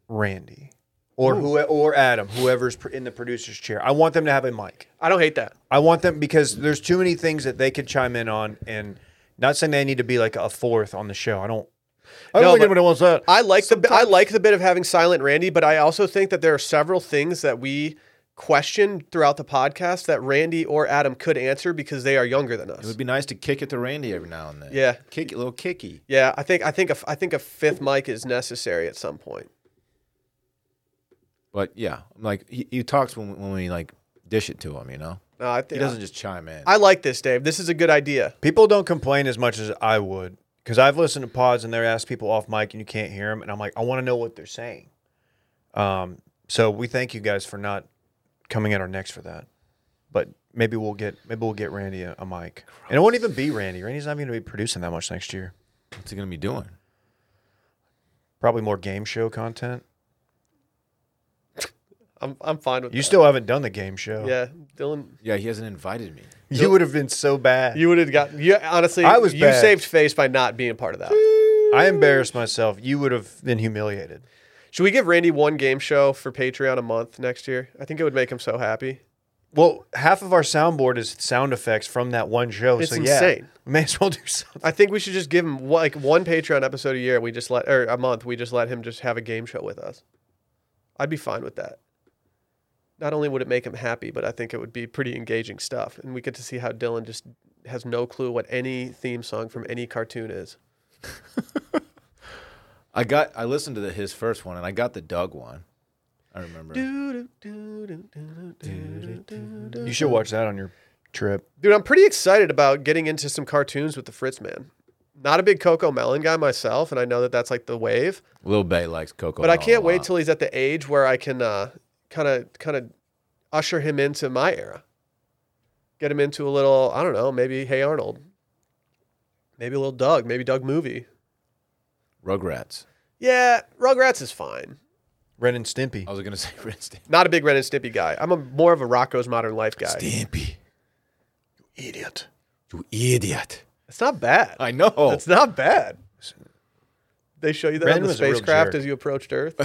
S2: Randy or who or Adam, whoever's pr- in the producer's chair. I want them to have a mic.
S1: I don't hate that.
S2: I want them because there's too many things that they could chime in on, and not saying they need to be like a fourth on the show. I don't. I
S1: No, but-
S2: wants that.
S1: I like the I like the bit of having silent Randy, but I also think that there are several things that we question throughout the podcast that Randy or Adam could answer because they are younger than
S3: It
S1: us.
S3: would be nice to kick it to Randy every now and then.
S1: Yeah.
S3: Kick a little kicky.
S1: yeah, I think I think a, I think a fifth mic is necessary at some point.
S3: But yeah, I'm like he, he talks when when we like dish it to him, you know.
S1: No, I
S3: He
S1: think
S3: doesn't just chime in.
S1: I like this, Dave. This is a good idea.
S2: People don't complain as much as I would because I've listened to pods and they're asked people off mic and you can't hear them, and I'm like, I want to know what they're saying. Um, so we thank you guys for not coming at our necks for that, but maybe we'll get maybe we'll get Randy a, a mic, and it won't even be Randy. Randy's not even going to be producing that much next year.
S3: What's he gonna be doing?
S2: Probably more game show content.
S1: I'm I'm fine with
S2: You
S1: that.
S2: still haven't done the game show.
S1: Yeah, Dylan,
S3: Yeah, he hasn't invited me.
S2: You would have been so bad.
S1: you would have gotten you honestly
S2: I was
S1: you
S2: bad.
S1: saved face by not being part of that.
S2: I embarrassed myself. You would have been humiliated.
S1: Should we give Randy one game show for Patreon a month next year? I think it would make him so happy.
S2: Well, half of our soundboard is sound effects from that one show.
S1: It's
S2: so yeah,
S1: insane.
S2: we may as well do something.
S1: I think we should just give him one, like one Patreon episode a year. We just let or a month. We just let him just have a game show with us. I'd be fine with that. Not only would it make him happy, but I think it would be pretty engaging stuff, and we get to see how Dylan just has no clue what any theme song from any cartoon is.
S3: I got I listened to the, his first one and I got the Doug one. I remember.
S1: Dude,
S2: You should watch that on your trip.
S1: I'm pretty excited about getting into some cartoons with the Fritz man. Not a big Coco Melon guy myself, and I know that that's like the wave.
S3: Lil Bay likes Coco.
S1: but I
S3: Melon a
S1: can't wait
S3: lot.
S1: till he's at the age where I can kind of kind of usher him into my era. Get him into a little, I don't know, maybe Hey Arnold, maybe a little Doug, maybe Doug movie.
S3: Rugrats.
S1: Yeah, Rugrats is fine.
S2: Ren and Stimpy.
S3: I was gonna say Ren Stimpy.
S1: Not a big Ren and Stimpy guy. I'm a more of a Rocco's Modern Life guy.
S3: Stimpy,
S2: Idiot.
S3: you idiot!
S1: It's not bad.
S3: I know.
S1: It's not bad. They show you that
S2: Ren
S1: on the
S2: was a real
S1: spacecraft
S2: jerk.
S1: as you approached Earth.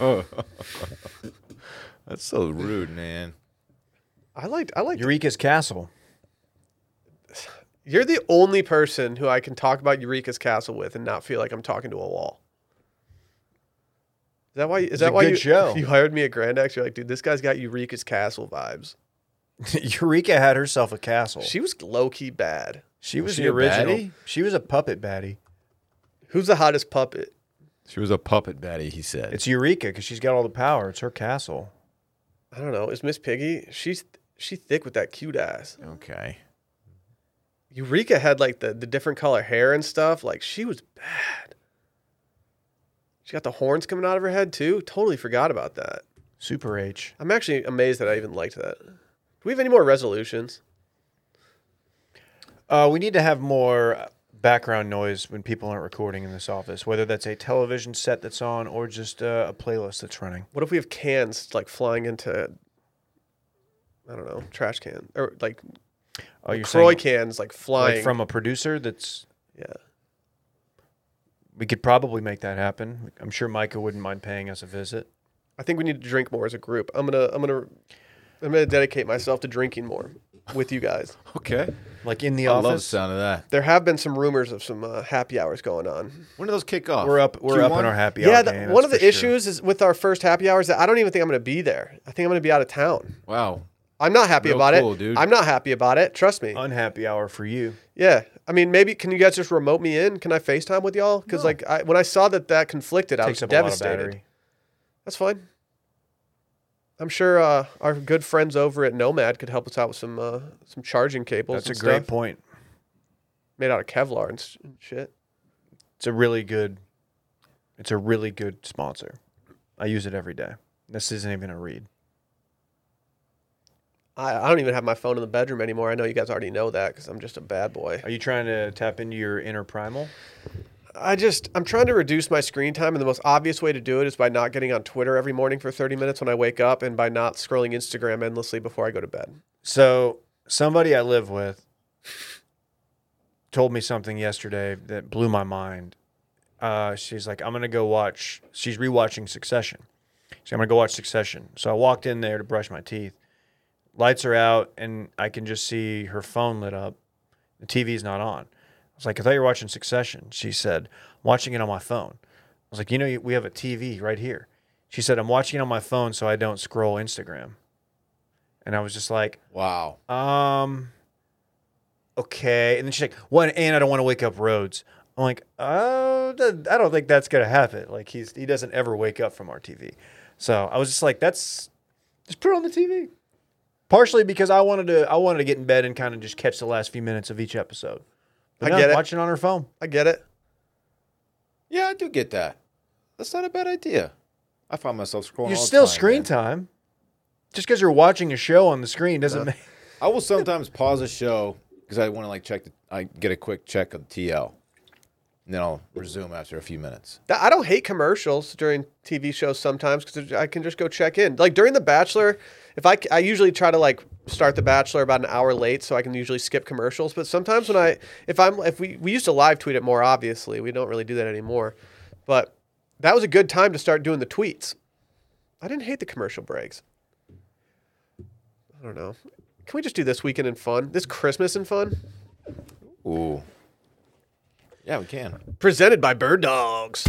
S3: That's so rude, man.
S1: I liked. I liked. You're,
S2: Eureka's Castle.
S1: the only person who I can talk about Eureka's Castle with and not feel like I'm talking to a wall. Is that why? Is that
S2: a
S1: why
S2: good
S1: you,
S2: show.
S1: you hired me at Grand X? You're like, dude, this guy's got Eureka's Castle vibes.
S2: Eureka had herself a castle. She,
S1: She was low key bad.
S2: was,
S3: she
S2: the
S3: a
S2: original.
S3: baddie?
S2: She was a puppet baddie.
S1: Who's the hottest puppet?
S3: She was a puppet baddie, he said.
S2: It's Eureka because she's got all the power. It's her castle.
S1: I don't know. Is Miss Piggy? She's she's thick with that cute ass.
S3: okay.
S1: Eureka had like the the different color hair and stuff. Like she was bad. She got the horns coming out of her head too. Totally forgot about that.
S2: Super H.
S1: I'm actually amazed that I even liked that. Do we have any more resolutions?
S2: Uh, we need to have more background noise when people aren't recording in this office, whether that's a television set that's on or just uh, a playlist that's running.
S1: What if we have cans like flying into I don't know, trash can or like
S2: Oh, you're
S1: Croy
S2: saying
S1: cans like
S2: like,
S1: flying
S2: from a producer that's
S1: yeah.
S2: we could probably make that happen. I'm sure Micah wouldn't mind paying us a visit.
S1: I think we need to drink more as a group. I'm gonna I'm gonna I'm gonna dedicate myself to drinking more with you guys.
S3: Okay.
S2: Like in the
S3: I love the
S2: office.
S3: sound of that.
S1: There have been some rumors of some uh, happy hours going on.
S3: When do those kick off?
S2: We're up we're up
S3: Q1?
S2: in our happy hour.
S1: yeah, the,
S2: game,
S1: one
S2: that's
S1: of the
S2: for sure.
S1: issues is with our first happy hours that I don't even think I'm gonna be there. I think I'm gonna be out of town.
S3: Wow.
S1: I'm not happy
S3: Real
S1: about
S3: cool,
S1: it.
S3: dude.
S1: I'm not happy about it. Trust me.
S2: unhappy hour for you.
S1: Yeah, I mean, maybe can you guys just remote me in? Can I FaceTime with y'all? Because like, I, when I saw that that conflicted, I was
S2: Takes up a lot of
S1: devastated.
S2: battery.
S1: That's fine. I'm sure uh, our good friends over at Nomad could help us out with some uh, some charging cables.
S2: That's a
S1: and
S2: great
S1: stuff
S2: point.
S1: made out of Kevlar and s- and shit.
S2: It's a really good. It's a really good sponsor. I use it every day. This isn't even a read.
S1: I, I don't even have my phone in the bedroom anymore. I know you guys already know that because I'm just a bad boy.
S2: Are you trying to tap into your inner primal?
S1: I just I'm trying to reduce my screen time, and the most obvious way to do it is by not getting on Twitter every morning for 30 minutes when I wake up, and by not scrolling Instagram endlessly before I go to bed.
S2: So somebody I live with told me something yesterday that blew my mind. Uh, she's like, I'm gonna go watch. She's rewatching Succession. So I'm gonna go watch Succession. So I walked in there to brush my teeth. Lights are out, and I can just see her phone lit up. The TV's not on. I was like, I thought you were watching Succession. She said, I'm watching it on my phone. I was like, you know, we have a TV right here. She said, I'm watching it on my phone so I don't scroll Instagram. And I was just like,
S3: Wow.
S2: um, okay. And then she's like, "One, and I don't want to wake up Rhodes." I'm like, "Oh, th- I don't think that's gonna happen." Like he's he doesn't ever wake up from our TV. So I was just like, "That's just put it on the TV." Partially because I wanted to I wanted to get in bed and kind of just catch the last few minutes of each episode. But
S1: I get it.
S2: Watching on her phone.
S1: I get it.
S3: Yeah, I do get that. That's not a bad idea. I find myself scrolling.
S2: You're
S3: all the
S2: still
S3: time,
S2: screen
S3: man.
S2: time. Just because you're watching a show on the screen doesn't make
S3: I will sometimes pause a show because I want to like check. The, I get a quick check of TL, and then I'll resume after a few minutes.
S1: Th- I don't hate commercials during TV shows sometimes because I can just go check in. Like during The Bachelor, if I, c- I usually try to like start The Bachelor about an hour late so I can usually skip commercials. But sometimes when I if I'm if we we used to live tweet it more obviously we don't really do that anymore, but that was a good time to start doing the tweets. I didn't hate the commercial breaks. I don't know. Can we just do this weekend in fun? This Christmas in fun?
S3: Ooh. Yeah, we can.
S1: presented by Bird Dogs.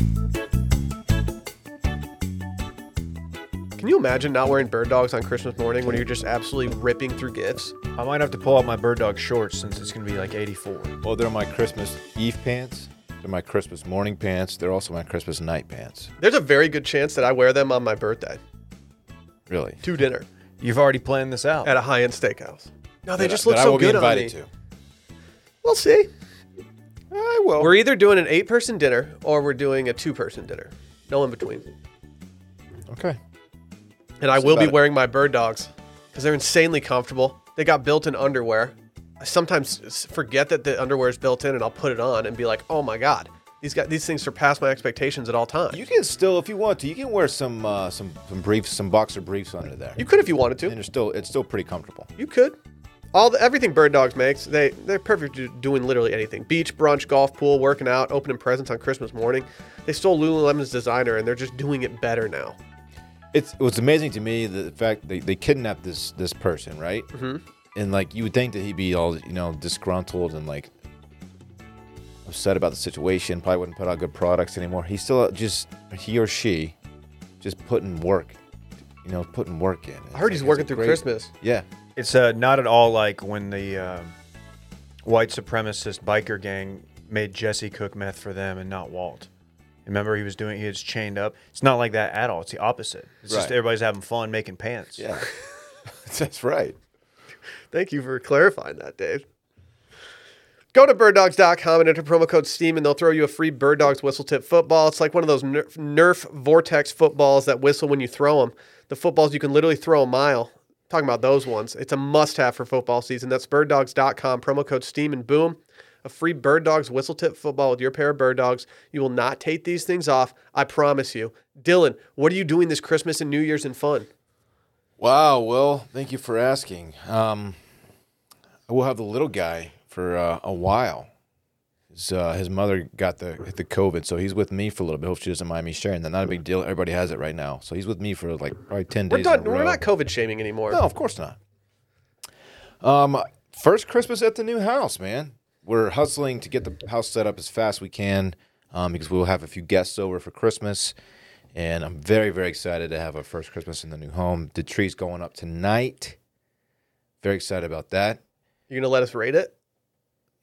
S1: Can you imagine not wearing bird dogs on Christmas morning when you're just absolutely ripping through gifts?
S2: I might have to pull out my bird dog shorts since it's gonna be like 84.
S3: Well, they're my Christmas Eve pants. They're my Christmas morning pants. They're also my Christmas night pants.
S1: There's a very good chance that I wear them on my birthday
S3: Really?
S1: to dinner
S2: You've already planned this out.
S1: at a high-end steakhouse. No, they
S3: That-
S1: just look
S3: that I
S1: so
S3: will
S1: good
S3: be invited
S1: on me.
S3: to.
S1: We'll see.
S3: I will.
S1: We're either doing an eight-person dinner or we're doing a two-person dinner. No in between.
S3: okay.
S1: And I will be
S3: about it.
S1: wearing my bird dogs because they're insanely comfortable. They got built in underwear. I sometimes s- forget that the underwear is built in and I'll put it on and be like, oh my God, these, got, these things surpass my expectations at all times. You,
S3: You can still, if you want to, you can wear some uh, some some briefs, some boxer briefs under there.
S1: could if you wanted
S3: and
S1: to.
S3: they're still, it's still pretty comfortable.
S1: You could. All the, everything bird dogs makes, they, they're perfect to doing literally anything beach, brunch, golf, pool, working out, opening presents on Christmas morning. They stole Lululemon's designer and they're just doing it better now.
S3: it's it was amazing to me the fact they, they kidnapped this this person right mm-hmm. and like you would think that he'd be all you know disgruntled and like upset about the situation probably wouldn't put out good products anymore he's still uh, just he or she just putting work you know putting work in
S1: I heard he's working through Christmas.
S3: yeah
S2: It's uh, not at all like when the um white supremacist biker gang made Jesse cook meth for them and not Walt. Remember, he was doing he was chained up. It's not like that at all. It's the opposite. It's just
S3: Right.
S2: everybody's having fun making pants.
S3: yeah that's right
S1: Thank you for clarifying that, Dave. Go to birddogs.com and enter promo code STEAM, and they'll throw you a free Bird Dogs whistle tip football. It's like one of those Nerf, Nerf Vortex footballs that whistle when you throw them. The footballs you can literally throw a mile. Talking about those ones. It's a must have for football season. That's birddogs.com, promo code STEAM, and boom, a free Bird Dogs whistle tip football with your pair of Bird Dogs. You will not take these things off. I promise you. Dylan, what are you doing this Christmas and New Year's and fun?
S3: wow well thank you for asking um i will have the little guy for uh, a while his, uh, his mother got the the COVID, so he's with me for a little bit. Hope she doesn't mind me sharing that. Not a big deal. Everybody has it right now, so he's with me for like probably ten
S1: We're,
S3: days. in a
S1: done, we're
S3: row.
S1: not COVID shaming anymore.
S3: No, of course not. Um, first Christmas at the new house, man. We're hustling to get the house set up as fast as we can, um, because we'll have a few guests over for Christmas, and I'm very very excited to have our first Christmas in the new home. The tree's going up tonight. Very excited about that.
S1: You're going to let us rate it?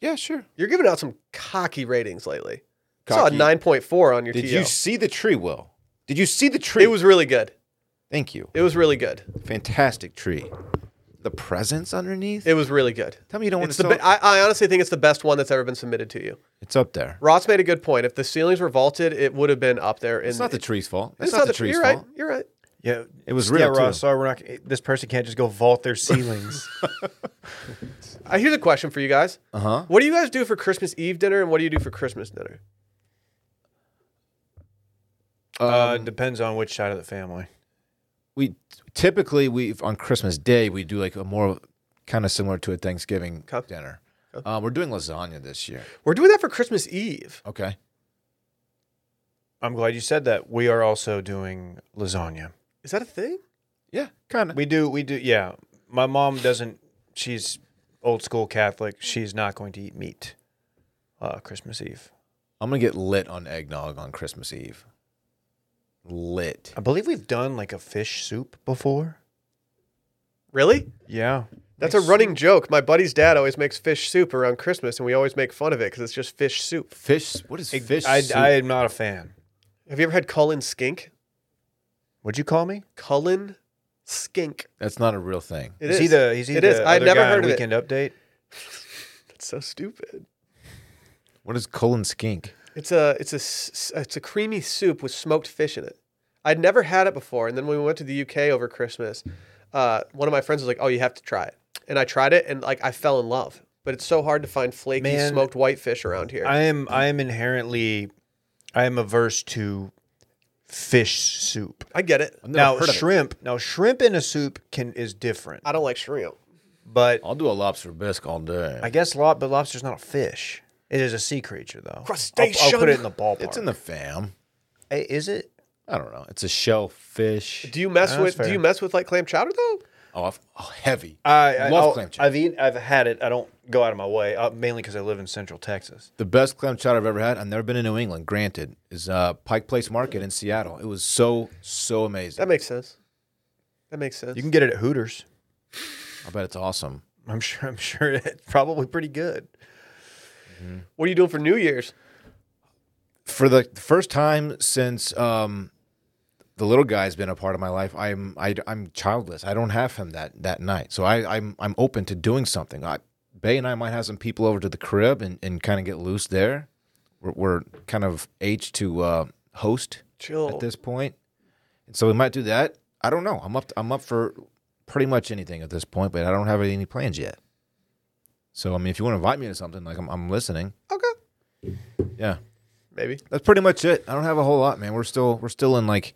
S3: Yeah, sure.
S1: You're giving out some cocky ratings lately. I Saw a
S3: Cocky.
S1: nine point four on your
S3: Did
S1: TO.
S3: you see the tree, Will? Did you see the tree?
S1: It was really good.
S3: Thank you.
S1: It was really good.
S3: Fantastic tree. The presents underneath.
S1: It was really good.
S3: Tell me you don't want
S1: It's
S3: to.
S1: the
S3: Sell-
S1: be- I, I honestly think it's the best one that's ever been submitted to you.
S3: it's up there.
S1: Ross made a good point. If the ceilings were vaulted, it would have been up there. In,
S3: It's not the tree's fault.
S1: It's
S3: It's not the
S1: tr-
S3: tree's
S1: You're
S3: fault.
S1: right. You're right.
S2: Yeah,
S3: It was
S2: yeah,
S3: real too.
S2: Ross. Sorry, we're not. This person can't just go vault their ceilings.
S1: I here's a question for you guys.
S3: Uh huh.
S1: What do you guys do for Christmas Eve dinner, and what do you do for Christmas dinner?
S3: Um,
S2: uh, depends on which side of the family.
S3: we typically we on Christmas Day we do like a more kind of similar to a Thanksgiving
S1: Okay.
S3: dinner.
S1: Okay.
S3: Uh, we're doing lasagna this year.
S1: We're doing that for Christmas Eve.
S3: Okay.
S2: I'm glad you said that. We are also doing lasagna.
S1: Is that a thing?
S3: Yeah, kind of.
S2: We do. We do. Yeah. My mom doesn't. She's old school Catholic. She's not going to eat meat. Uh, Christmas Eve.
S3: I'm gonna get lit on eggnog on Christmas Eve. Lit.
S2: I believe we've done like a fish soup before.
S1: Really?
S2: Yeah.
S1: That's a running joke. My buddy's dad always makes fish soup around Christmas, and we always make fun of it because it's just fish soup.
S3: Fish. What is fish?
S2: I,
S3: soup?
S2: I am not a fan.
S1: Have you ever had Cullen skink?
S2: Would you call me?
S1: Cullen skink.
S3: That's not a real thing.
S1: It
S2: is he the? Is he
S1: It
S2: the
S1: is. I'd
S2: other
S1: never
S2: guy on
S1: heard of it.
S2: Weekend Update.
S1: It's so stupid.
S3: What is colon skink?
S1: It's a it's a s- it's a creamy soup with smoked fish in it. I'd never had it before, and then when we went to the UK over Christmas, uh, one of my friends was like, "Oh, you have to try it," and I tried it, and like I fell in love. But it's so hard to find flaky
S2: Man,
S1: smoked whitefish around here.
S2: I am I am inherently I am averse to fish soup.
S1: I get it.
S3: I've never
S2: Now
S3: heard of it.
S2: shrimp, now shrimp in a soup can is different.
S1: I don't like shrimp.
S2: But
S3: I'll do a lobster bisque all day.
S2: I guess lob but lobster's not a fish. It is a sea creature though. I'll- I'll,
S1: Crustacean.
S2: put it in the ballpark.
S3: it's in the fam.
S2: Hey, is it?
S3: I don't know. It's a shellfish.
S1: Do you mess
S2: That's
S1: with
S2: fair.
S1: Do you mess with like clam chowder though?
S3: Oh, I've, oh heavy.
S2: I, I
S3: Love
S2: I'll-
S3: clam chowder.
S2: I've eaten I've had it. I don't go out of my way, uh, mainly cuz I live in central Texas.
S3: The best clam chowder I've ever had, I've never been in New England, granted, is uh, Pike Place Market in Seattle. It was so, so amazing.
S1: That makes sense. That makes sense.
S2: You can get it at Hooters.
S3: I bet it's awesome.
S2: I'm sure I'm sure it's probably pretty good.
S1: what are you doing for New Year's?
S3: For the first time since um, the little guy's been a part of my life, I'm I, I'm childless. I don't have him that that night, so I, I'm I'm open to doing something. I, Bay and I might have some people over to the crib and, and kind of get loose there. We're, we're kind of aged to uh, host
S1: Chill.
S3: at this point. And so we might do that. I don't know. I'm up. I'm up for pretty much anything at this point, but I don't have any plans yet. So I mean, if you want to invite me to something, like I'm, I'm listening.
S1: Okay.
S3: Yeah,
S1: Maybe.
S3: that's pretty much it. I don't have a whole lot, man. We're still we're still in like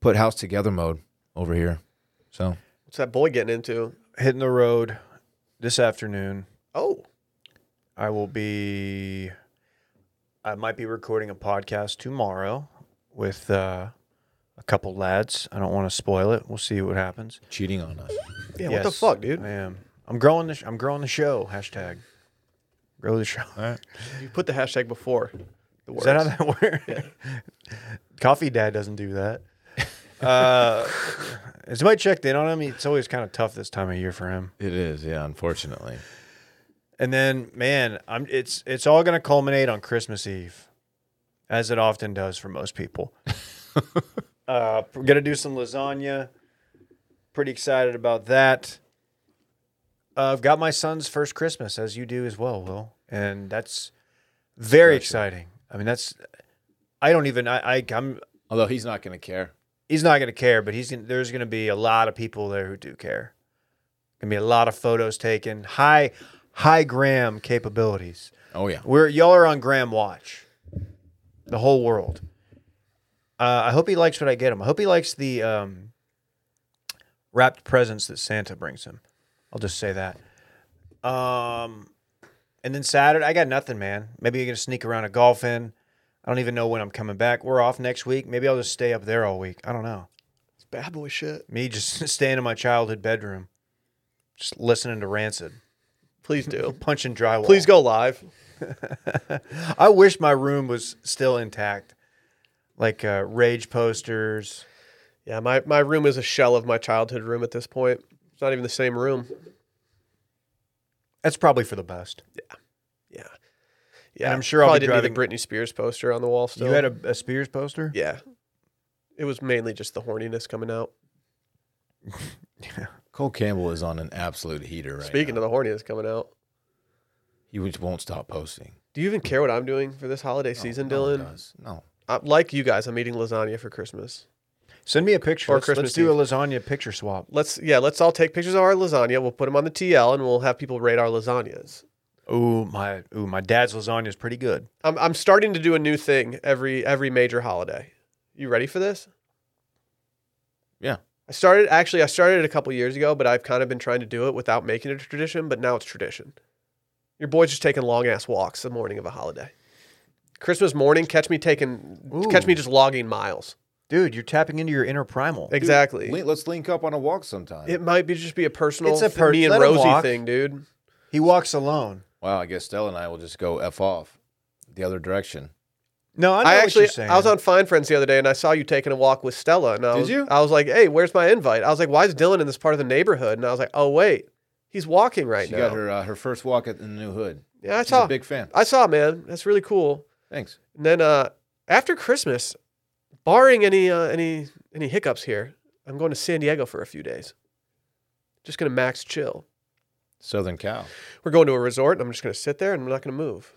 S3: put house together mode over here. So
S1: What's that boy getting into?
S2: Hitting the road this afternoon.
S1: Oh,
S2: I will be. I might be recording a podcast tomorrow with uh, a couple lads. I don't want to spoil it. We'll see what happens.
S3: cheating on us.
S1: yeah. What the
S2: Yes,
S1: fuck, dude?
S2: I am. I'm growing the. Sh- I'm growing the show. Hashtag. Grow the show.
S1: You put the hashtag before the words.
S2: Is that how that works? Coffee Dad doesn't do that. Uh, has somebody checked in on him? It's always kind of tough this time of year for him.
S3: It is, yeah. Unfortunately,
S2: And then, man, I'm it's it's all gonna culminate on Christmas Eve, as it often does for most people. uh, we're gonna do some lasagna. Pretty excited about that. Uh, I've got my son's first Christmas, as you do as well, Will, and that's very exciting. I mean, that's I don't even I, I I'm
S3: although he's not going to care.
S2: he's not gonna care, but he's gonna, there's gonna be a lot of people there who do care. Gonna be a lot of photos taken, high high gram capabilities.
S3: Oh yeah.
S2: We're y'all are on Graham watch, the whole world. Uh, I hope he likes what I get him. I hope he likes the um, wrapped presents that Santa brings him. I'll just say that. Um, and then Saturday, I got nothing, man. Maybe you're gonna sneak around a golf in. I don't even know when I'm coming back. We're off next week. Maybe I'll just stay up there all week. I don't know.
S1: It's bad boy shit.
S2: Me just staying in my childhood bedroom, just listening to Rancid,
S1: Please do.
S2: punching drywall.
S1: Please go live.
S2: I wish my room was still intact, like uh, rage posters.
S1: Yeah, my, my room is a shell of my childhood room at this point. It's not even the same room.
S2: That's probably for the best.
S1: Yeah. Yeah.
S2: I'm sure I'll
S1: probably
S2: be
S1: didn't need
S2: driving-
S1: the Britney Spears poster on the wall still.
S2: You had a, a Spears poster.
S1: Yeah. It was mainly just the horniness coming out.
S3: Cole Campbell is on an absolute heater right
S1: Speaking
S3: now.
S1: of the horniest coming out,
S3: he just won't stop posting.
S1: do you even care what I'm doing for this holiday season,
S3: Oh, no one
S1: Dylan?
S3: does. No,
S1: I'm, like you guys, I'm eating lasagna for Christmas.
S2: Send me a picture.
S1: Or
S2: Let's, let's
S1: Christmas
S2: do a lasagna picture swap.
S1: Let's yeah, let's all take pictures of our lasagna. We'll put them on the TL, and we'll have people rate our lasagnas.
S2: Ooh, my ooh, my dad's lasagna is pretty good.
S1: I'm I'm starting to do a new thing every every major holiday. You ready for this?
S3: Yeah.
S1: I started actually I started it a couple years ago, but I've kind of been trying to do it without making it a tradition, but now it's tradition. Your boy's just taking long ass walks the morning of a holiday. Christmas morning, catch me taking catch me
S2: Ooh.
S1: just logging miles.
S2: Dude, you're tapping into your inner primal.
S1: Exactly.
S3: Link- let's link up on a walk sometime.
S1: it might be just be a personal
S2: It's a per-
S1: me and
S2: let 'em
S1: Rosie
S2: walk.
S1: thing, dude.
S2: He walks alone.
S3: wow, I guess Stella and I will just go f off the other direction.
S2: No, I, know
S1: I,
S2: what
S1: actually
S2: you're saying.
S1: I was on Fine Friends the other day and I saw you taking a walk with Stella and I
S3: Did
S1: was
S3: you?
S1: I was like, "Hey, where's my invite?" I was like, "Why is Dylan in this part of the neighborhood?" And I was like, "Oh wait, he's walking right
S3: she
S1: now."
S3: got her uh, her first walk at the new hood.
S1: yeah, I
S3: She's a
S1: saw.
S3: big fan.
S1: I saw, man. That's really cool.
S3: Thanks.
S1: And then uh, after Christmas, barring any uh, any any hiccups here, I'm going to San Diego for a few days. Just gonna max chill.
S3: Southern Cal.
S1: We're going to a resort, and I'm just gonna sit there, and I'm not gonna move.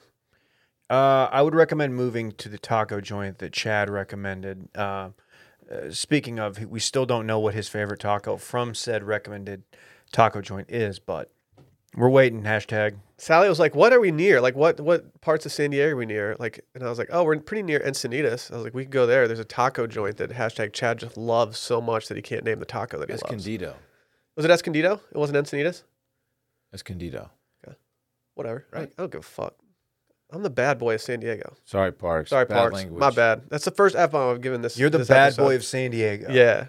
S2: Uh, I would recommend moving to the taco joint that Chad recommended. Uh, uh, speaking of, we still don't know what his favorite taco from said recommended taco joint is, but we're waiting. Hashtag.
S1: Sally was like, "What are we near? Like, what what parts of San Diego are we near?" Like, and I was like, "Oh, we're pretty near Encinitas." I was like, "We could go there. There's a taco joint that hashtag Chad just loves so much that he can't name the taco that he loves."
S3: Escondido.
S1: Was it Escondido? It wasn't Encinitas.
S3: Escondido.
S1: Whatever. I-
S3: Right.
S1: I don't give a fuck. I'm the bad boy of San Diego.
S3: Sorry, Parks.
S1: Sorry,
S3: Bad
S1: Parks.
S3: language.
S1: My bad. That's the first F bomb I've given this.
S2: You're the
S1: this
S2: bad
S1: episode.
S2: boy of San Diego.
S1: Yeah.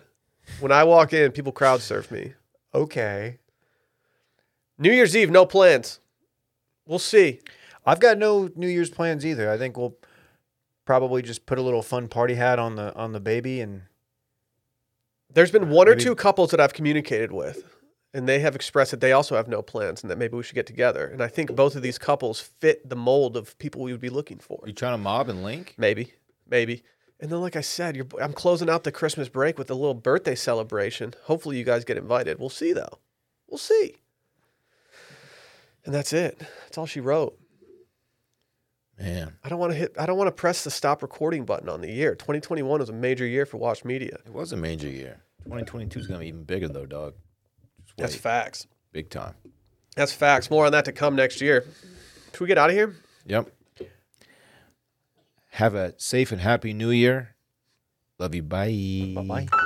S1: When I walk in, people crowd surf me.
S2: Okay.
S1: New Year's Eve, no plans. We'll see.
S2: I've got no New Year's plans either. I think we'll probably just put a little fun party hat on the on the baby and
S1: There's been one or
S2: Maybe-
S1: two couples that I've communicated with, and they have expressed that they also have no plans and that maybe we should get together. And I think both of these couples fit the mold of people we would be looking for.
S3: You trying to mob and link?
S1: Maybe, maybe. And then, like I said, you're, I'm closing out the Christmas break with a little birthday celebration. Hopefully, you guys get invited. We'll see, though. We'll see. And that's it. That's all she wrote.
S3: Man,
S1: I don't want to hit. I don't want to press the stop recording button on the year. 2021 was a major year for Watch Media.
S3: it was a major year. 2022 is going to be even bigger though, dog. Just
S1: That's
S3: wait.
S1: facts.
S3: big time.
S1: That's facts. More on that to come next year. Should we get out of here?
S3: Yep. Have a safe and happy new year. Love you. Bye.
S2: bye bye.